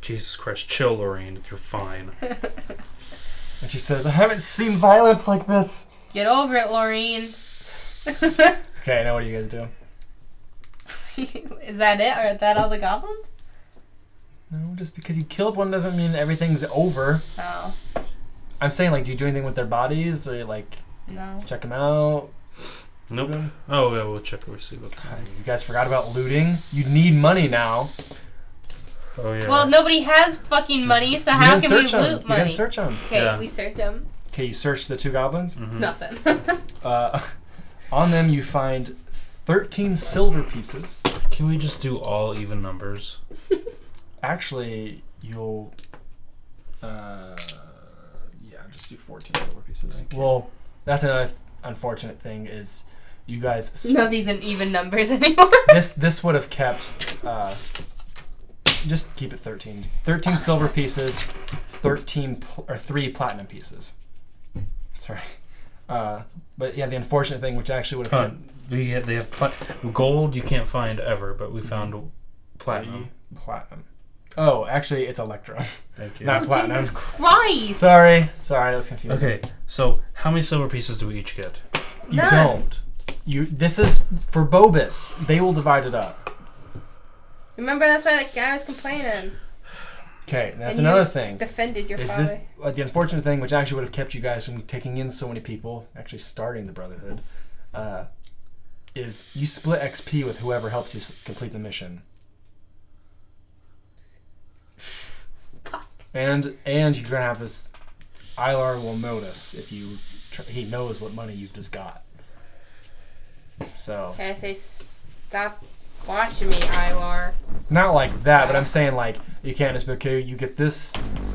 Jesus Christ, chill, Lorraine. You're fine. And she says, "I haven't seen violence like this." Get over it, Laureen. Okay. Now what do you guys do? Is that it? Are that all the goblins? No, just because you killed one doesn't mean everything's over. Oh, I'm saying, like, do you do anything with their bodies, or like no. check them out? Nope. Oh, yeah, we'll check. We'll see what. You guys forgot about looting. You need money now. Oh yeah. Well, nobody has fucking money, so how you can didn't we search 'em. loot You gotta money? search them. Okay, Yeah. we search them. Okay, you search the two goblins. Mhm. Nothing. Uh, on them, you find 13 silver pieces. Can we just do all even numbers? Actually, you'll. Uh, yeah, just do 14 silver pieces. Thank you. Well, that's another th- unfortunate thing is you guys. s- Nothing's in even numbers anymore. this this would have kept. Uh, just keep it 13. 13 silver pieces, 13 pl- or 3 platinum pieces. Sorry. Uh, but yeah, the unfortunate thing, which actually would have Huh. kept They have, they have pla- gold you can't find ever, but we found platinum. platinum. Oh, actually, it's Electrum. Thank you. Not platinum. Jesus Christ! Sorry, sorry, that was confusing. Okay, so how many silver pieces do we each get? you None. don't. You. This is for Bobus. They will divide it up. Remember, that's why that guy was complaining. Okay, that's And you- another thing. Defended your Is father. this uh, the unfortunate thing, which actually would have kept you guys from taking in so many people, actually starting the Brotherhood? Uh, is you split XP with whoever helps you s- complete the mission. And and you're gonna have this. Ilar will notice if you. Tr- he knows what money you've just got. So. Can I say stop watching me, Ilar? not like that, but I'm saying like you can't just be okay. You get this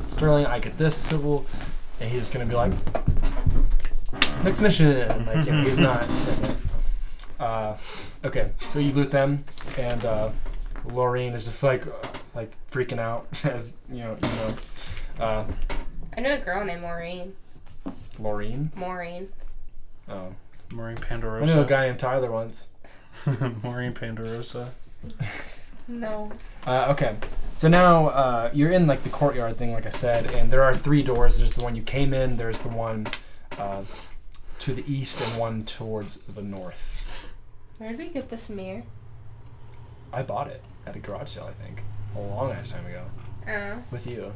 Sterling, I get this Sybil, and he's gonna be like next mission. Like you know, he's not. Uh, okay, so you loot them, and uh, Laureen is just like uh, like freaking out as you know you know. Uh, I know a girl named Maureen. Laureen. Maureen. Oh, Maureen I knew a Pandarosa. guy named Tyler once. Maureen Pandarosa. No. Uh, okay. So now uh, you're in like the courtyard thing, like I said, and there are three doors. There's the one you came in. There's the one uh, to the east, and one towards the north. Where did we get this mirror? I bought it at a garage sale, I think, a long ass time ago, oh, with you.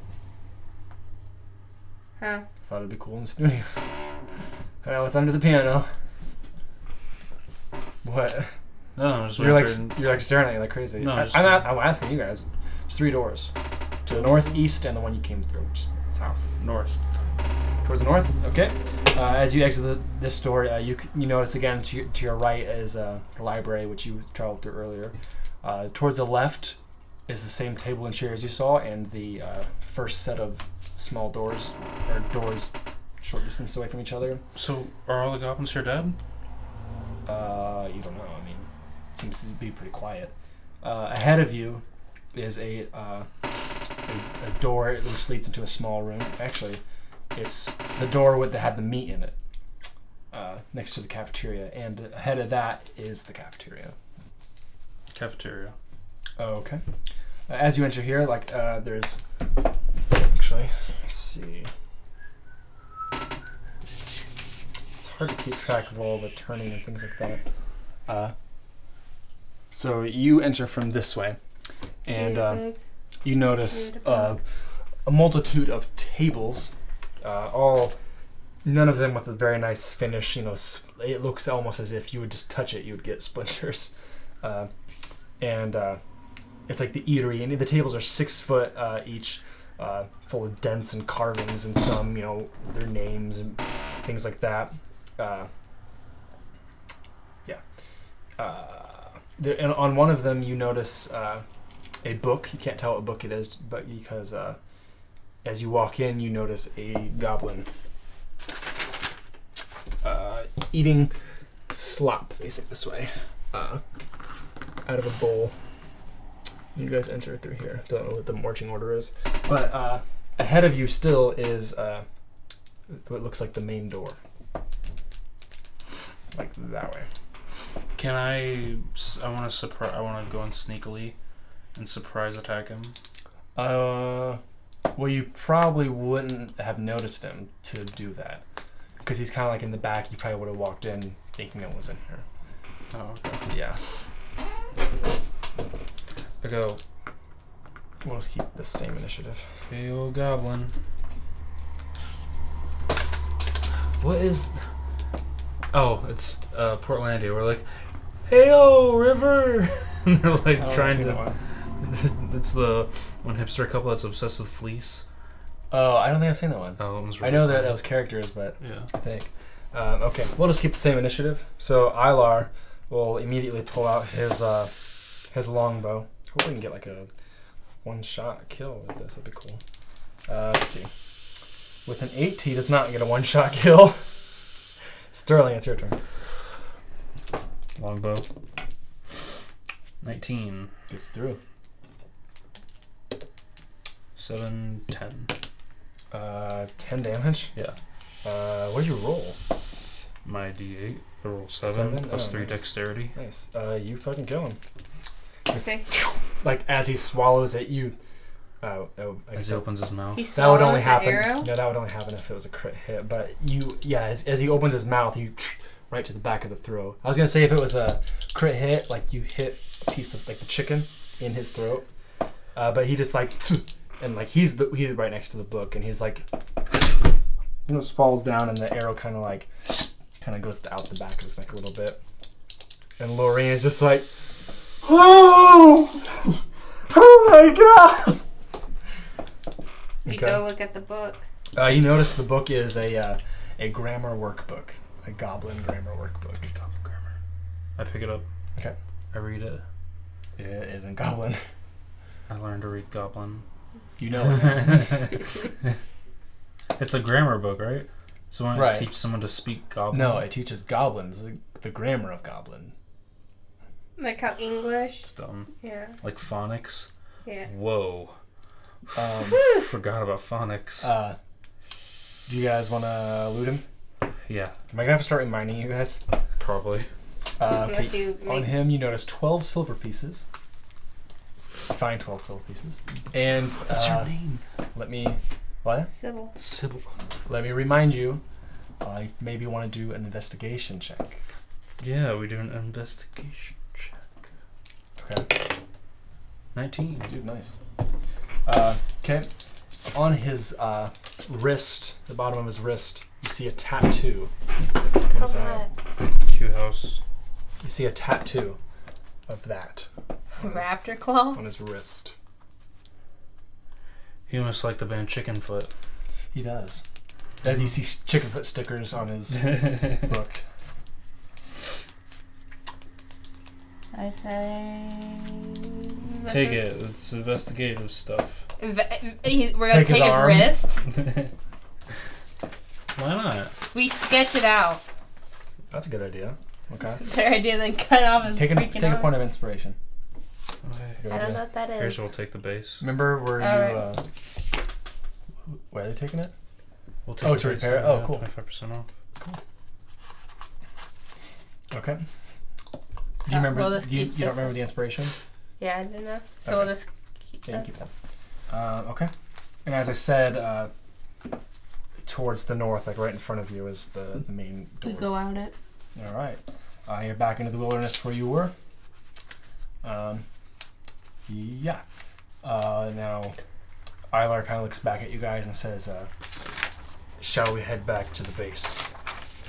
huh. Thought it'd be cool in the studio. Now it's under the piano. What? No, I'm just You're like wondering- you're like staring at me like crazy. No, I, just- am not, I'm asking you guys. There's three doors, to the north, east, and the one you came through, which is south. north. towards the north. Okay. Uh, as you exit the, this door, uh, you c- you notice again to your, to your right is uh, the library, which you traveled through earlier. Uh, towards the left is the same table and chairs you saw, and the uh, first set of small doors or doors short distance away from each other. So are all the goblins here dead? Uh, you don't know. I mean, seems to be pretty quiet. Uh, ahead of you is a, uh, a a door which leads into a small room. Actually, it's the door with that had the meat in it. Uh, next to the cafeteria, and ahead of that is the cafeteria. Cafeteria. Okay. Uh, as you enter here, like uh, there's actually let's see. It's hard to keep track of all the turning and things like that. Uh, so you enter from this way, and uh, you notice uh, a multitude of tables, uh, all none of them with a very nice finish. You know, sp- it looks almost as if you would just touch it, you would get splinters, uh, and uh, it's like the eatery. And the tables are six foot uh, each, uh, full of dents and carvings, and some you know their names and things like that. Uh, yeah. Uh, there, and on one of them, you notice. Uh, a book. You can't tell what book it is, but because uh, As you walk in, you notice a goblin uh, eating slop facing this way uh, out of a bowl. You guys enter through here. Don't know what the marching order is, but uh, ahead of you still is uh, what looks like the main door, like that way. Can I? s- I want to surprise. I want to go in sneakily, and surprise attack him. Uh, well, you probably wouldn't have noticed him to do that, because he's kind of like in the back. You probably would have walked in thinking it was in here. Oh, okay. Yeah. I go. We'll just keep the same initiative. Hey, old goblin. What is? Oh, it's uh, Portlandia. We're like, hey, oh, river. and they're like trying to. It's the one hipster couple that's obsessed with fleece. Oh, I don't think I've seen that one. Oh, it was I really know that funny. that was characters, but Yeah. I think. Um, okay, we'll just keep the same initiative. So Ilar will immediately pull out his uh, his longbow. Hope we can get like a one shot kill with this. That'd be cool. Uh, let's see. With an eight, he does not get a one shot kill. Sterling, it's your turn. Longbow. 19. Gets through. 7, 10. Uh, ten damage. Yeah. Uh, what did you roll? My d8. I roll 7, Seven? plus Oh, 3 nice. dexterity. Nice. Uh, you fucking kill him. uh, Okay. Like as he swallows it, you. Oh, oh I As guess he opens his mouth. He That would swallows only the happen. arrow. No, that would only happen if it was a crit hit. But you, yeah, as, as he opens his mouth, you right to the back of the throat. I was gonna say if it was a crit hit, like you hit a piece of like the chicken in his throat, uh, but he just like and like he's the, he's right next to the book, and he's like just falls down, and the arrow kind of like kind of goes out the back of his neck a little bit, and Lorraine is just like, oh, oh my god. You Okay. go look at the book. Uh, you notice the book is a uh, a grammar workbook, a goblin grammar workbook. Goblin grammar. I pick it up. Okay. I read it. It isn't goblin. I learned to read Goblin. You know it. it's a grammar book, right? So when I Right. teach someone to speak Goblin. no, it teaches goblins the, the grammar of goblin. Like how English. It's dumb. Yeah. Like phonics. Yeah. Whoa. Um, Forgot about phonics. uh, do you guys want to loot him? yeah, Am I gonna have to start reminding you guys? probably. Uh, Unless okay. you On make. him, you notice twelve silver pieces. Find twelve silver pieces. And uh, name? let me what? Sybil. Sybil. Let me remind you. I maybe want to do an investigation check. Yeah, we do an investigation check. Okay. 19. Dude, nice. Okay. On his uh, wrist, the bottom of his wrist, you see a tattoo. Comes out. Q House. You see a tattoo of that on his, Raptor claw. on his wrist. He must like the band Chicken Foot. He does. And you see s- chicken foot stickers on his book. I say. let Take the- it. It's investigative stuff. Inve- he- we're gonna Take take, his his, arm. wrist. Why not? We sketch it out. That's a good idea. Okay. Better idea than cut off his Take a, freaking take a arm. point of inspiration. Okay. Good I don't idea. know what that Here's is. we'll take the base. Remember where you. Alright. Uh, where are they taking it? We'll take Oh, the to base. repair it? Oh, Yeah, cool. 25% off. Okay. Do So you remember? we'll just do you, keep you don't this- remember the inspiration? Yeah, I don't know. So Okay. we'll just keep Yeah, you that. keep that. Uh, okay. And as I said, uh, towards the north, like right in front of you, is the, the main door. out it. All right. Uh, you're back into the wilderness where you were. Um, yeah. Uh, now, Ilar kind of looks back at you guys and says, uh, "Shall we head back to the base?"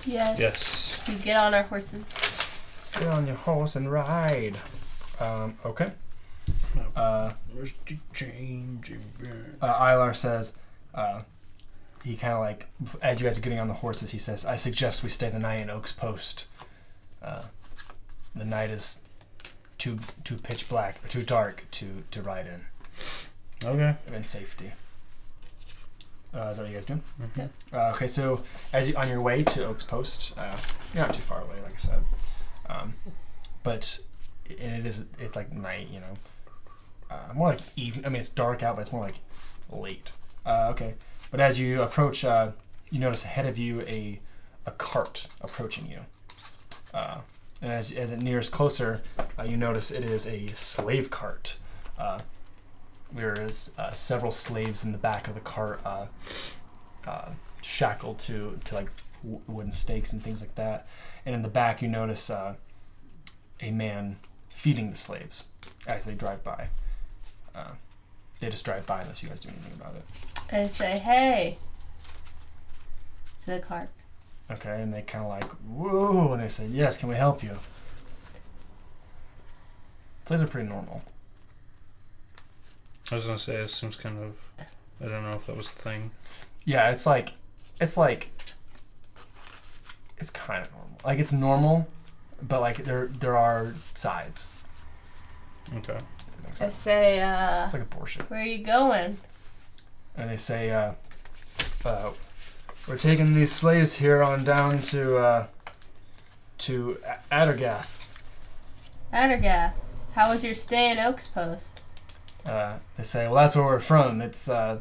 Yes. Yes. We get on our horses. Get on your horse and ride. Um, okay. Uh, Where's the change? uh, Ilar says, uh, he kind of like, as you guys are getting on the horses, he says, I suggest we stay the night in Oak's Post. Uh, the night is too too pitch black, or too dark to, to ride in, Okay. in safety. Uh, is that what you guys doing? Mhm. Uh, okay, so as you on your way to Oak's Post, uh, you're not too far away, like I said, um, but and it is it's like night, you know, uh, more like even. I mean, it's dark out, but it's more like late. Uh, okay, but as you approach, uh, you notice ahead of you a a cart approaching you, uh, and as as it nears closer, uh, you notice it is a slave cart. Uh, there is uh, several slaves in the back of the cart. Uh, uh, shackled to to like w- wooden stakes and things like that. And in the back, you notice uh, a man feeding the slaves as they drive by. Uh, they just drive by unless you guys do anything about it. I say, hey. To the clerk. Okay, and they kind of like whoa, and they say, "Yes, can we help you?" Slaves are pretty normal. I was gonna say it seems kind of. I don't know if that was the thing. Yeah, it's like, it's like, it's kind of normal. Like it's normal, but like there there are sides. Okay. If that makes I sense. say, uh, It's like abortion. where are you going? and they say, uh, uh, "We're taking these slaves here on down to uh, to A- Addergath." Addergath. How was your stay in Oaks Post? Uh, they say, "Well, that's where we're from. It's uh,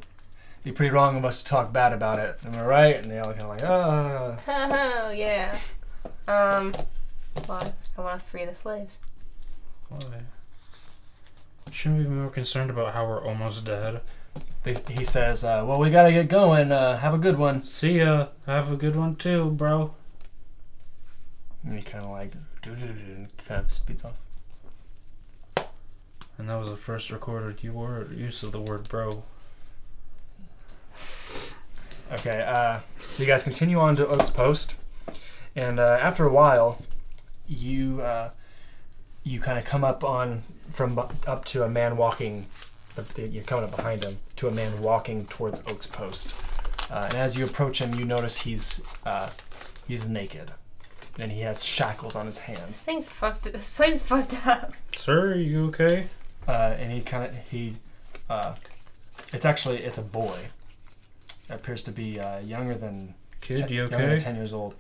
be pretty wrong of us to talk bad about it. Am I right?" And they all kind of like, "Uh." Oh, yeah. Um, why? I want to free the slaves. Why? Shouldn't we be more concerned about how we're almost dead? They, he says, uh, "Well, we gotta get going. Uh, have a good one." See ya. Have a good one too, bro. And he kind of like, kind of speeds off. And that was the first recorded you word use of the word bro. Okay, uh, so you guys continue on to Oak's Post, and uh, after a while, you uh, you kind of come up on from bu- up to a man walking. the- You're coming up behind him to a man walking towards Oak's Post, uh, and as you approach him, you notice he's uh, he's naked, and he has shackles on his This hands. thing's fucked. This place is fucked up. Sir, are you okay? Uh, and he kind of he uh, it's actually it's a boy. That appears to be uh, younger than Kid, Ten- you younger than okay? Ten years old.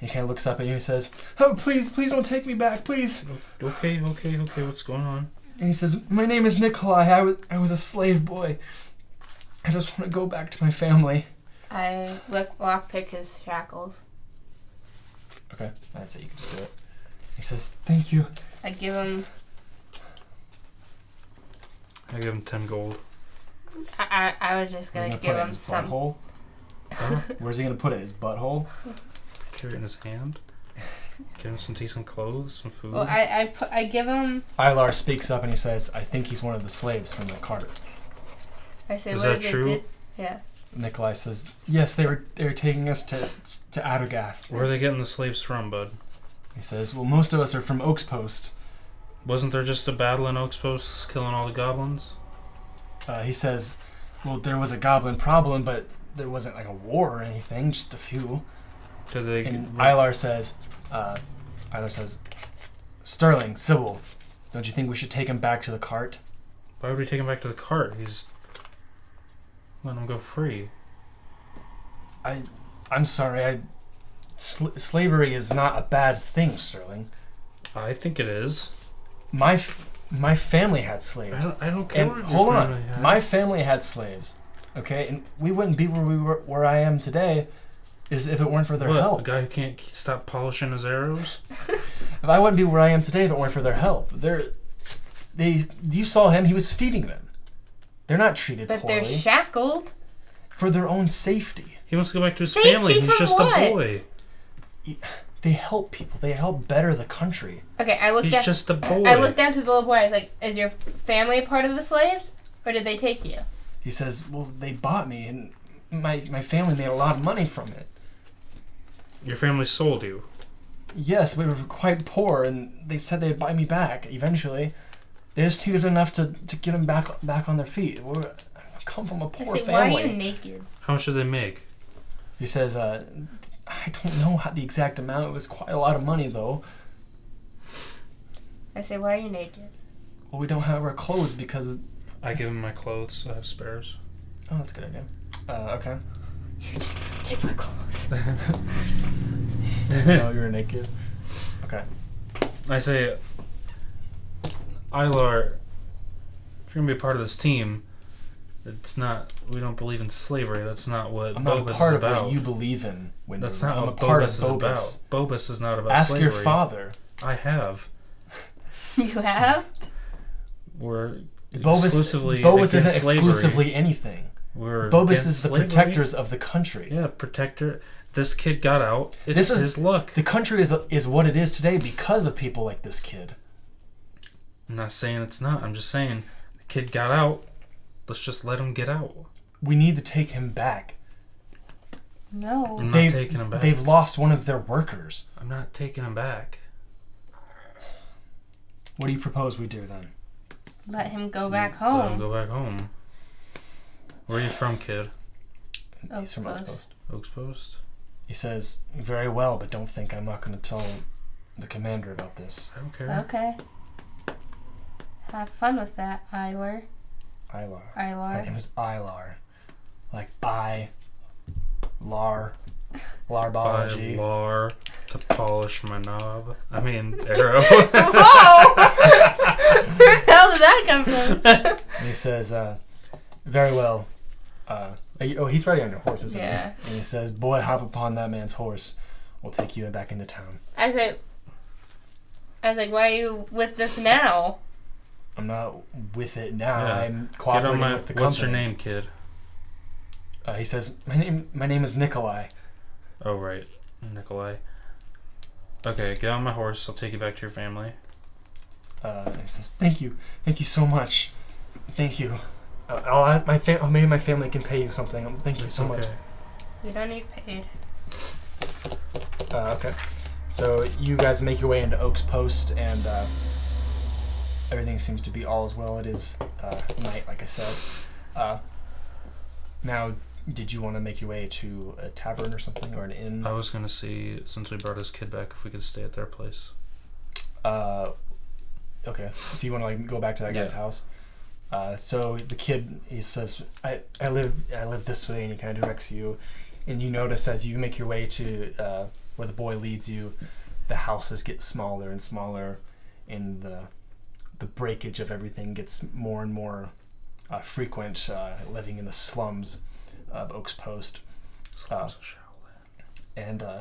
And he kind of looks up at you and says, "Oh, please, please don't take me back, please." Okay, okay, okay. What's going on? And he says, "My name is Nikolai. I was I was a slave boy. I just want to go back to my family." I look, lockpick his shackles. Okay, that's it. You can just do it. He says, "Thank you." I give him. I give him ten gold. I, I, I was just Where's gonna he give put it in him his some. butthole. Huh? Where's he gonna put it? His butthole. Carry it in his hand. Give him some decent clothes, some food. Well, I I, put, I give him. Ilar speaks up and he says, "I think he's one of the slaves from the cart." I say, Is what that did they true? did? Yeah. Nikolai says, "Yes, they were they were taking us to to Addergath." Where are they getting the slaves from, bud? He says, "Well, most of us are from Oak's Post." Wasn't there just a battle in Oaks Post killing all the goblins? uh, he says, "Well, there was a goblin problem, but there wasn't like a war or anything, just a few." Did they? And get- Ilar says, uh, "Ilar says, Sterling, Sybil, don't you think we should take him back to the cart?" Why would we take him back to the cart? He's letting him go free. I, I'm sorry, I, sl- slavery is not a bad thing, Sterling. I think it is. My, f- my family had I slaves. don't, I don't care. And what your hold family on, had. my family had slaves. Okay, and we wouldn't be where we were, where I am today, is if it weren't for their What, help. A guy who can't k- stop polishing his arrows. If I wouldn't be where I am today if it weren't for their help. They're, they, you saw him. He was feeding them. They're not treated But poorly they're shackled. for their own safety. He wants to go back to his Safety family. He's from just what? a boy. They help people. They help better the country. Okay, I looked He's at. just a boy. I looked down to the little boy. I was like, "Is your family a part of the slaves, or did they take you?" He says, "Well, they bought me, and my my family made a lot of money from it. Your family sold you. Yes, we were quite poor, and they said they'd buy me back eventually. They just needed enough to, to get them back back on their feet. We're, I come from a I poor say, "Why family." are you naked?" How much did they make? He says, uh, "I don't know how the exact amount. It was quite a lot of money, though." I say, "Why are you naked?" Well, we don't have our clothes because. I give him my clothes. I have spares. Oh, that's a good idea. Uh, okay. Take my clothes. no, you're naked. I say, Ilar, if you're gonna be a part of this team, it's not. We don't believe in slavery. That's not what I'm not Bobus a part is of about. what you believe in. When That's not I'm what a part Bobus is of Bobus. about. Bobus is not about Ask slavery. your father. I have. you have? We're Bobus, exclusively Bobus isn't against slavery. exclusively anything. We're Bobus against is the slavery. protectors of the country. Yeah, protector. This kid got out. It's This is- his luck. The country is is what it is today because of people like this kid. I'm not saying it's not. I'm just saying the kid got out. Let's just let him get out. We need to take him back. No. I'm not They've- taking him back. They've lost one of their workers. I'm not taking him back. What do you propose we do then? Let him go back Let him home. go back home. Where are you from, kid? He's from Oakpost. Outpost. Oaks Post? He says, "Very well, but don't think I'm not going to tell the commander about this." I don't care. Okay. Have fun with that, Ilar. Ilar. Her name Ilar. is Ilar. Like I Lar Buy Larbology. lar to polish my knob. I mean, arrow. Whoa! Where the hell did that come from? And he says, uh, very well. Uh, are you- oh, he's riding on your horse, isn't Yeah. he? And he says, boy, hop upon that man's horse. We'll take you back into town. I was like, I was like, why are you with this now? I'm not with it now. Yeah. I'm Get on cooperating my. with the company. What's your name, kid? Uh, he says, my name, my name is Nikolai. Oh, right. Nikolai. Okay, get on my horse. I'll take you back to your family. Uh, and he says, thank you, thank you so much, thank you. Uh, I'll ask my fam- oh, maybe my family can pay you something. Um, Thank you It's so much. okay. We don't need paid. Uh, okay. So you guys make your way into Oak's Post, and uh, everything seems to be all as well. It is uh, night, like I said. Uh, now, did you want to make your way to a tavern or something, or an inn? I was gonna see, since we brought his kid back, if we could stay at their place. Uh, okay. So you want to like go back to that guy's Yeah. house? Uh, so the kid he says, "I I live I live this way," and he kind of directs you, and you notice as you make your way to uh, where the boy leads you, the houses get smaller and smaller, and the the breakage of everything gets more and more uh, frequent. Uh, living in the slums of Oaks Post, Uh, and uh,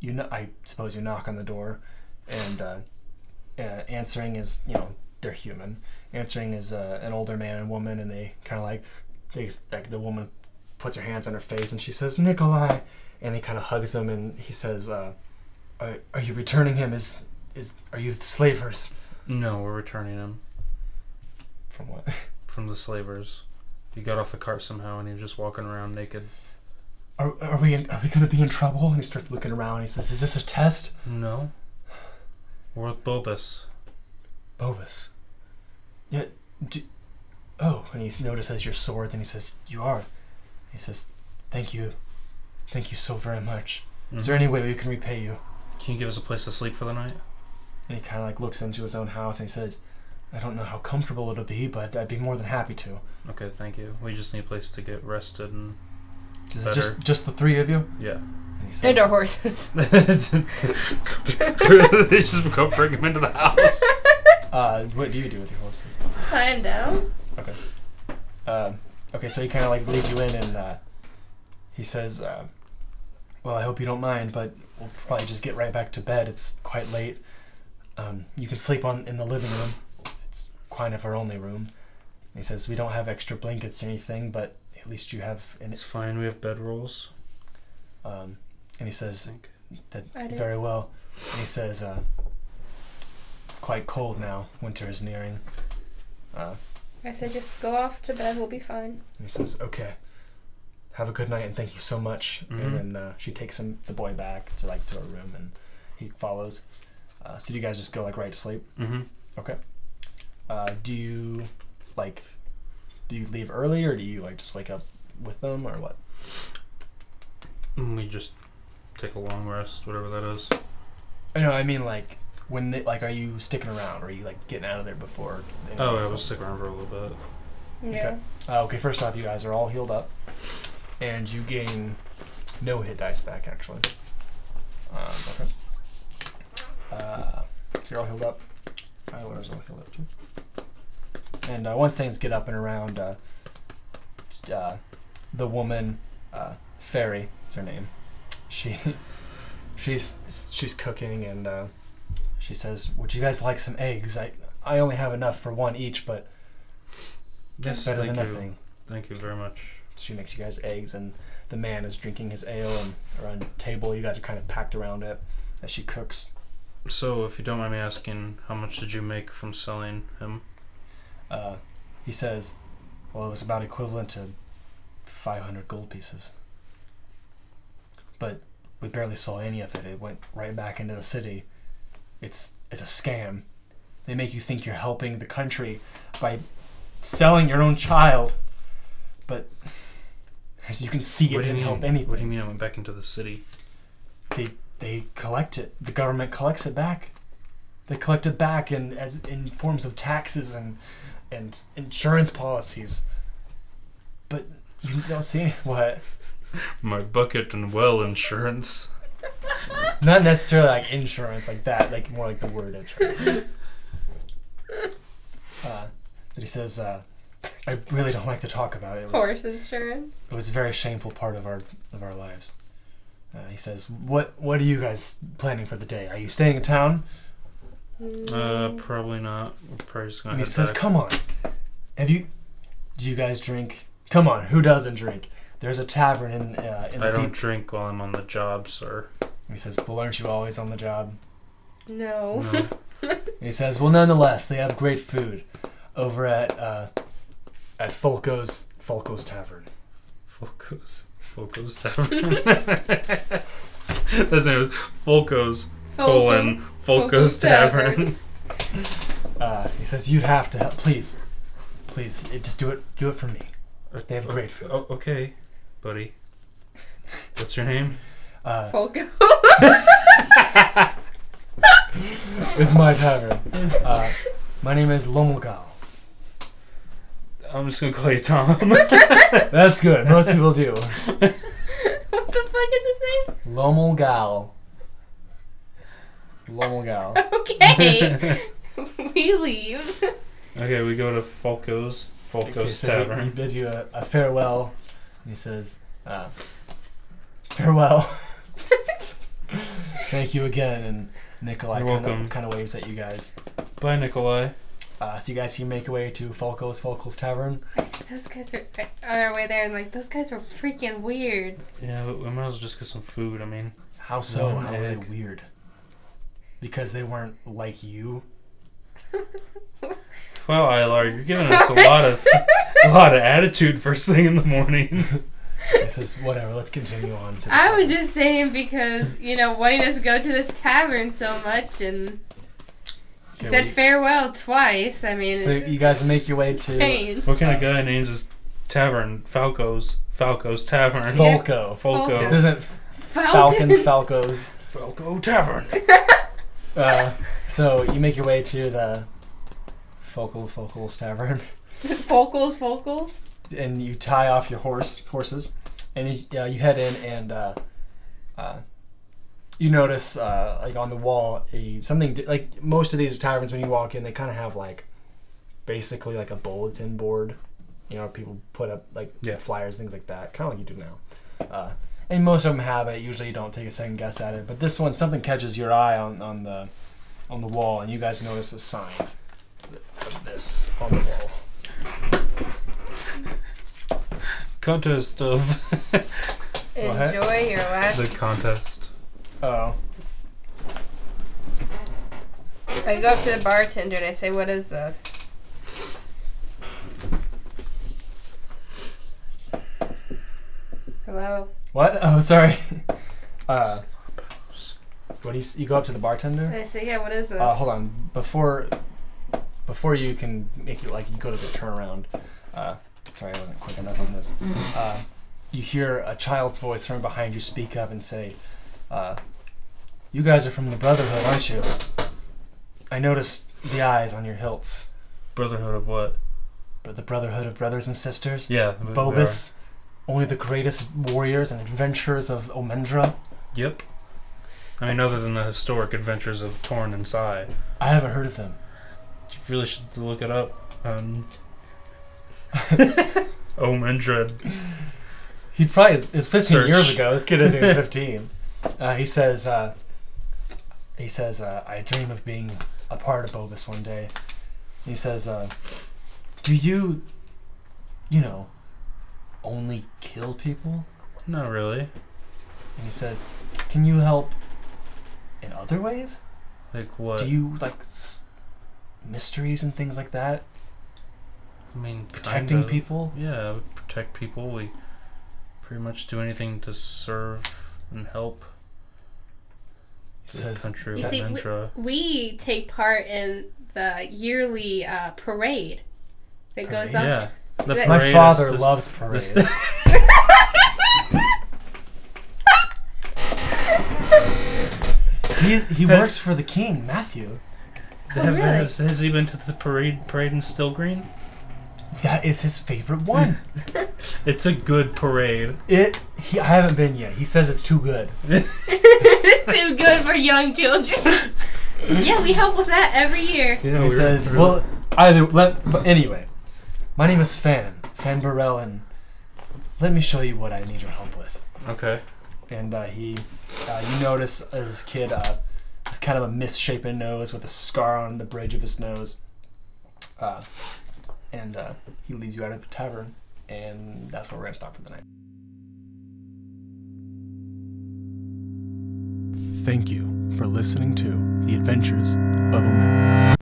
you kn- I suppose you knock on the door, and uh, uh, answering is you know they're human. Answering is uh, an older man and woman, and they kind of like they s- like the woman puts her hands on her face and she says Nikolai, and he kind of hugs him and he says, uh, are, "Are you returning him? Is is are you slavers No, we're returning him. from what?" from the slavers. He got off the cart somehow and he was just walking around naked. Are, are we in, are we gonna be in trouble? And he starts looking around. And he says, "Is this a test, No. We're with Bulbus. Bobus?" Yeah. Do, oh, and he notices your swords, and he says, "You are." He says, "Thank you, thank you so very much. Is there any way we can repay you?" Mm-hmm. Can you give us a place to sleep for the night? And he kind of like looks into his own house and he says, "I don't know how comfortable it'll be, but I'd be more than happy to." Okay, thank you. We just need a place to get rested and Is Better. it just just the three of you? yeah. And he And says, our horses. they just go bring him into the house. uh, "What do you do with your horses?" Tie him down. Um, okay, so he kind of like leads you in, and uh, he says, uh, "Well, I hope you don't mind, but we'll probably just get right back to bed. It's quite late. Um, you can sleep on in the living room. It's kind of our only room." And he says, "We don't have extra blankets or anything, but at least you have." And It's fine, we have bedrolls. Um, and he says, think. "That I do. very well." And he says, uh, "It's quite cold now. Winter is nearing." Uh, I said just go off to bed. We'll be fine. And he says, "Okay, have a good night and thank you so much." Mhm. And then uh, she takes him, the boy, back to like to her room, and he follows. Uh, so do you guys just go like right to sleep? Mm-hmm. Uh, do you like do you leave early or do you like just wake up with them or what? And Mm, we just take a long rest, whatever that is. I know, I mean like when they like are you sticking around or are you like getting out of there before? they- Oh, yeah, we'll stick around for a little bit. Yeah. Uh, okay, first off, you guys are all healed up. and you gain no hit dice back actually. Um, okay. Uh, so you're all healed up. Tyler's all healed up too. And uh, once things get up and around, uh, t- uh, the woman, uh, Fairy, is her name. She, she's she's cooking and uh, she says, "Would you guys like some eggs? I I only have enough for one each, but Yes, that's better thank than you. nothing." Thank you very much. she makes you guys eggs and the man is drinking his ale and around the table you guys are kind of packed around it as she cooks So, if you don't mind me asking, how much did you make from selling him? uh, he says well it was about equivalent to 500 gold pieces but we barely saw any of it it went right back into the city it's it's a scam they make you think you're helping the country by selling your own child but as you can see it what do you didn't mean? help anything What do you mean it went back into the city? they collect it. The government collects it back. They collect it back in as in forms of taxes and and insurance policies. But you don't see any, what? My bucket and well insurance. Not necessarily like insurance like that, like more like the word insurance. Uh, but he says, uh, "I really don't like to talk about it. It was, Horse insurance. it was a very shameful part of our of our lives." Uh, he says, "What what are you guys planning for the day? Are you staying in town?" Mm, Uh, probably not. We're probably just gonna. And he head says, back. "Come on, have you? Do you guys drink? Come on, who doesn't drink? There's a tavern in uh, in I the don't deep." drink while I'm on the job, sir. And he says, "Well, aren't you always on the job?" No. No. And he says, "Well, nonetheless, they have great food over at uh, at Folco's Folco's Tavern." Folco's. Folco's Tavern. That's name is Folco's colon Folco's Folco's Tavern. Uh, he says, "You'd have to help, please, please, eh, just do it, do it for me." They have great food. Oh, okay, buddy. What's your name? Uh, Folco. it's my tavern. Uh, my name is Lomolgal. I'm just gonna call you Tom. That's good. Most people do. what the fuck is his name? Lomolgal. Lomolgal. Okay. we leave. okay, we go to Folco's. Okay, Folco's so he- He, Tavern. bids you a, a farewell. And he says, uh, "Farewell. Thank you again." And Nikolai You're welcome. kind of waves at you guys. Bye, Nikolai. Uh, so you guys can make your way to Falco's Falco's Tavern. I see those guys are on our way there, and like those guys were freaking weird. Yeah, but we might as well just get some food. I mean, How so? One How are they egg. weird? Because they weren't like you. well, Ilar, you're giving us a lot of a lot of attitude first thing in the morning. He says, "Whatever. Let's continue on." To the I was tavern." just saying because you know wanting us to go to this tavern so much, and Okay, he said well, farewell twice. I mean, So you guys make your way to insane. What kind of guy names his tavern Falco's? Falco's Tavern. Falco. Falco. This isn't Falcons, Falcos. Falco Tavern. Uh, so you make your way to the Focal Focal's Tavern, Focals, focals. and you tie off your horse horses, and you, uh, you head in, and uh, uh, you notice uh, like on the wall a something di- like most of these taverns when you walk in they kind of have like basically like a bulletin board, you know people put up like Yeah. flyers things like that, kind of like you do now. Uh, and most of them have it. Usually, you don't take a second guess at it. But this one, something catches your eye on, on the on the wall, and you guys notice a sign of this on the wall. Contest of What? Enjoy your the last. contest. Oh, I go up to the bartender and I say, "What is this?" Hello. what? Oh, sorry. Uh, what do you? s- You go up to the bartender. I say, "Yeah, what is this?" Uh, hold on. Before before you can make it like you go to the turnaround. Uh, sorry, I wasn't quick enough on this. Uh, you hear a child's voice from behind you speak up and say, uh, "You guys are from the Brotherhood, aren't you? I noticed the eyes on your hilts, Brotherhood of what? but the Brotherhood of brothers and sisters, Yeah. we- we are. Bulbous, Only the greatest warriors and adventurers of Omendra. Yep. I mean, other than the historic adventures of Torn and Sai, you I haven't heard of them. really should look it up. Um, Omendred. He probably is, it's 15 Search. years ago. This kid isn't even 15. Uh, he says, uh, he says, uh, I dream of being a part of Bovis one day. He says, uh, do you, you know, only kill people? Not really. And he says, can you help in other ways? Like what? Do you like s- mysteries and things like that? I mean, Protecting kinda. people? Yeah, we protect people. We pretty much do anything to serve and help the He says, country You of see, we- Mantra. We take part in the yearly uh, parade that goes on. Yeah, the My my parade is- father this- loves parades. this- He's, he works for the king, Matthew. Have- has, has he been to the parade parade in Still Green? That is his favorite one. It's a good parade. It. He, I haven't been yet. He says it's too good. Too good for young children. yeah, we help with that every year. You know, he says, "Well, either let." But anyway, my name is Fan Fan Burrell, and let me show you what I need your help with. okay, And uh, he, uh, you notice uh, this kid, uh, with kind of a misshapen nose with a scar on the bridge of his nose, uh, and uh, he leads you out of the tavern, and that's where we're gonna stop for the night. Thank you for listening to The Adventures of Omendra.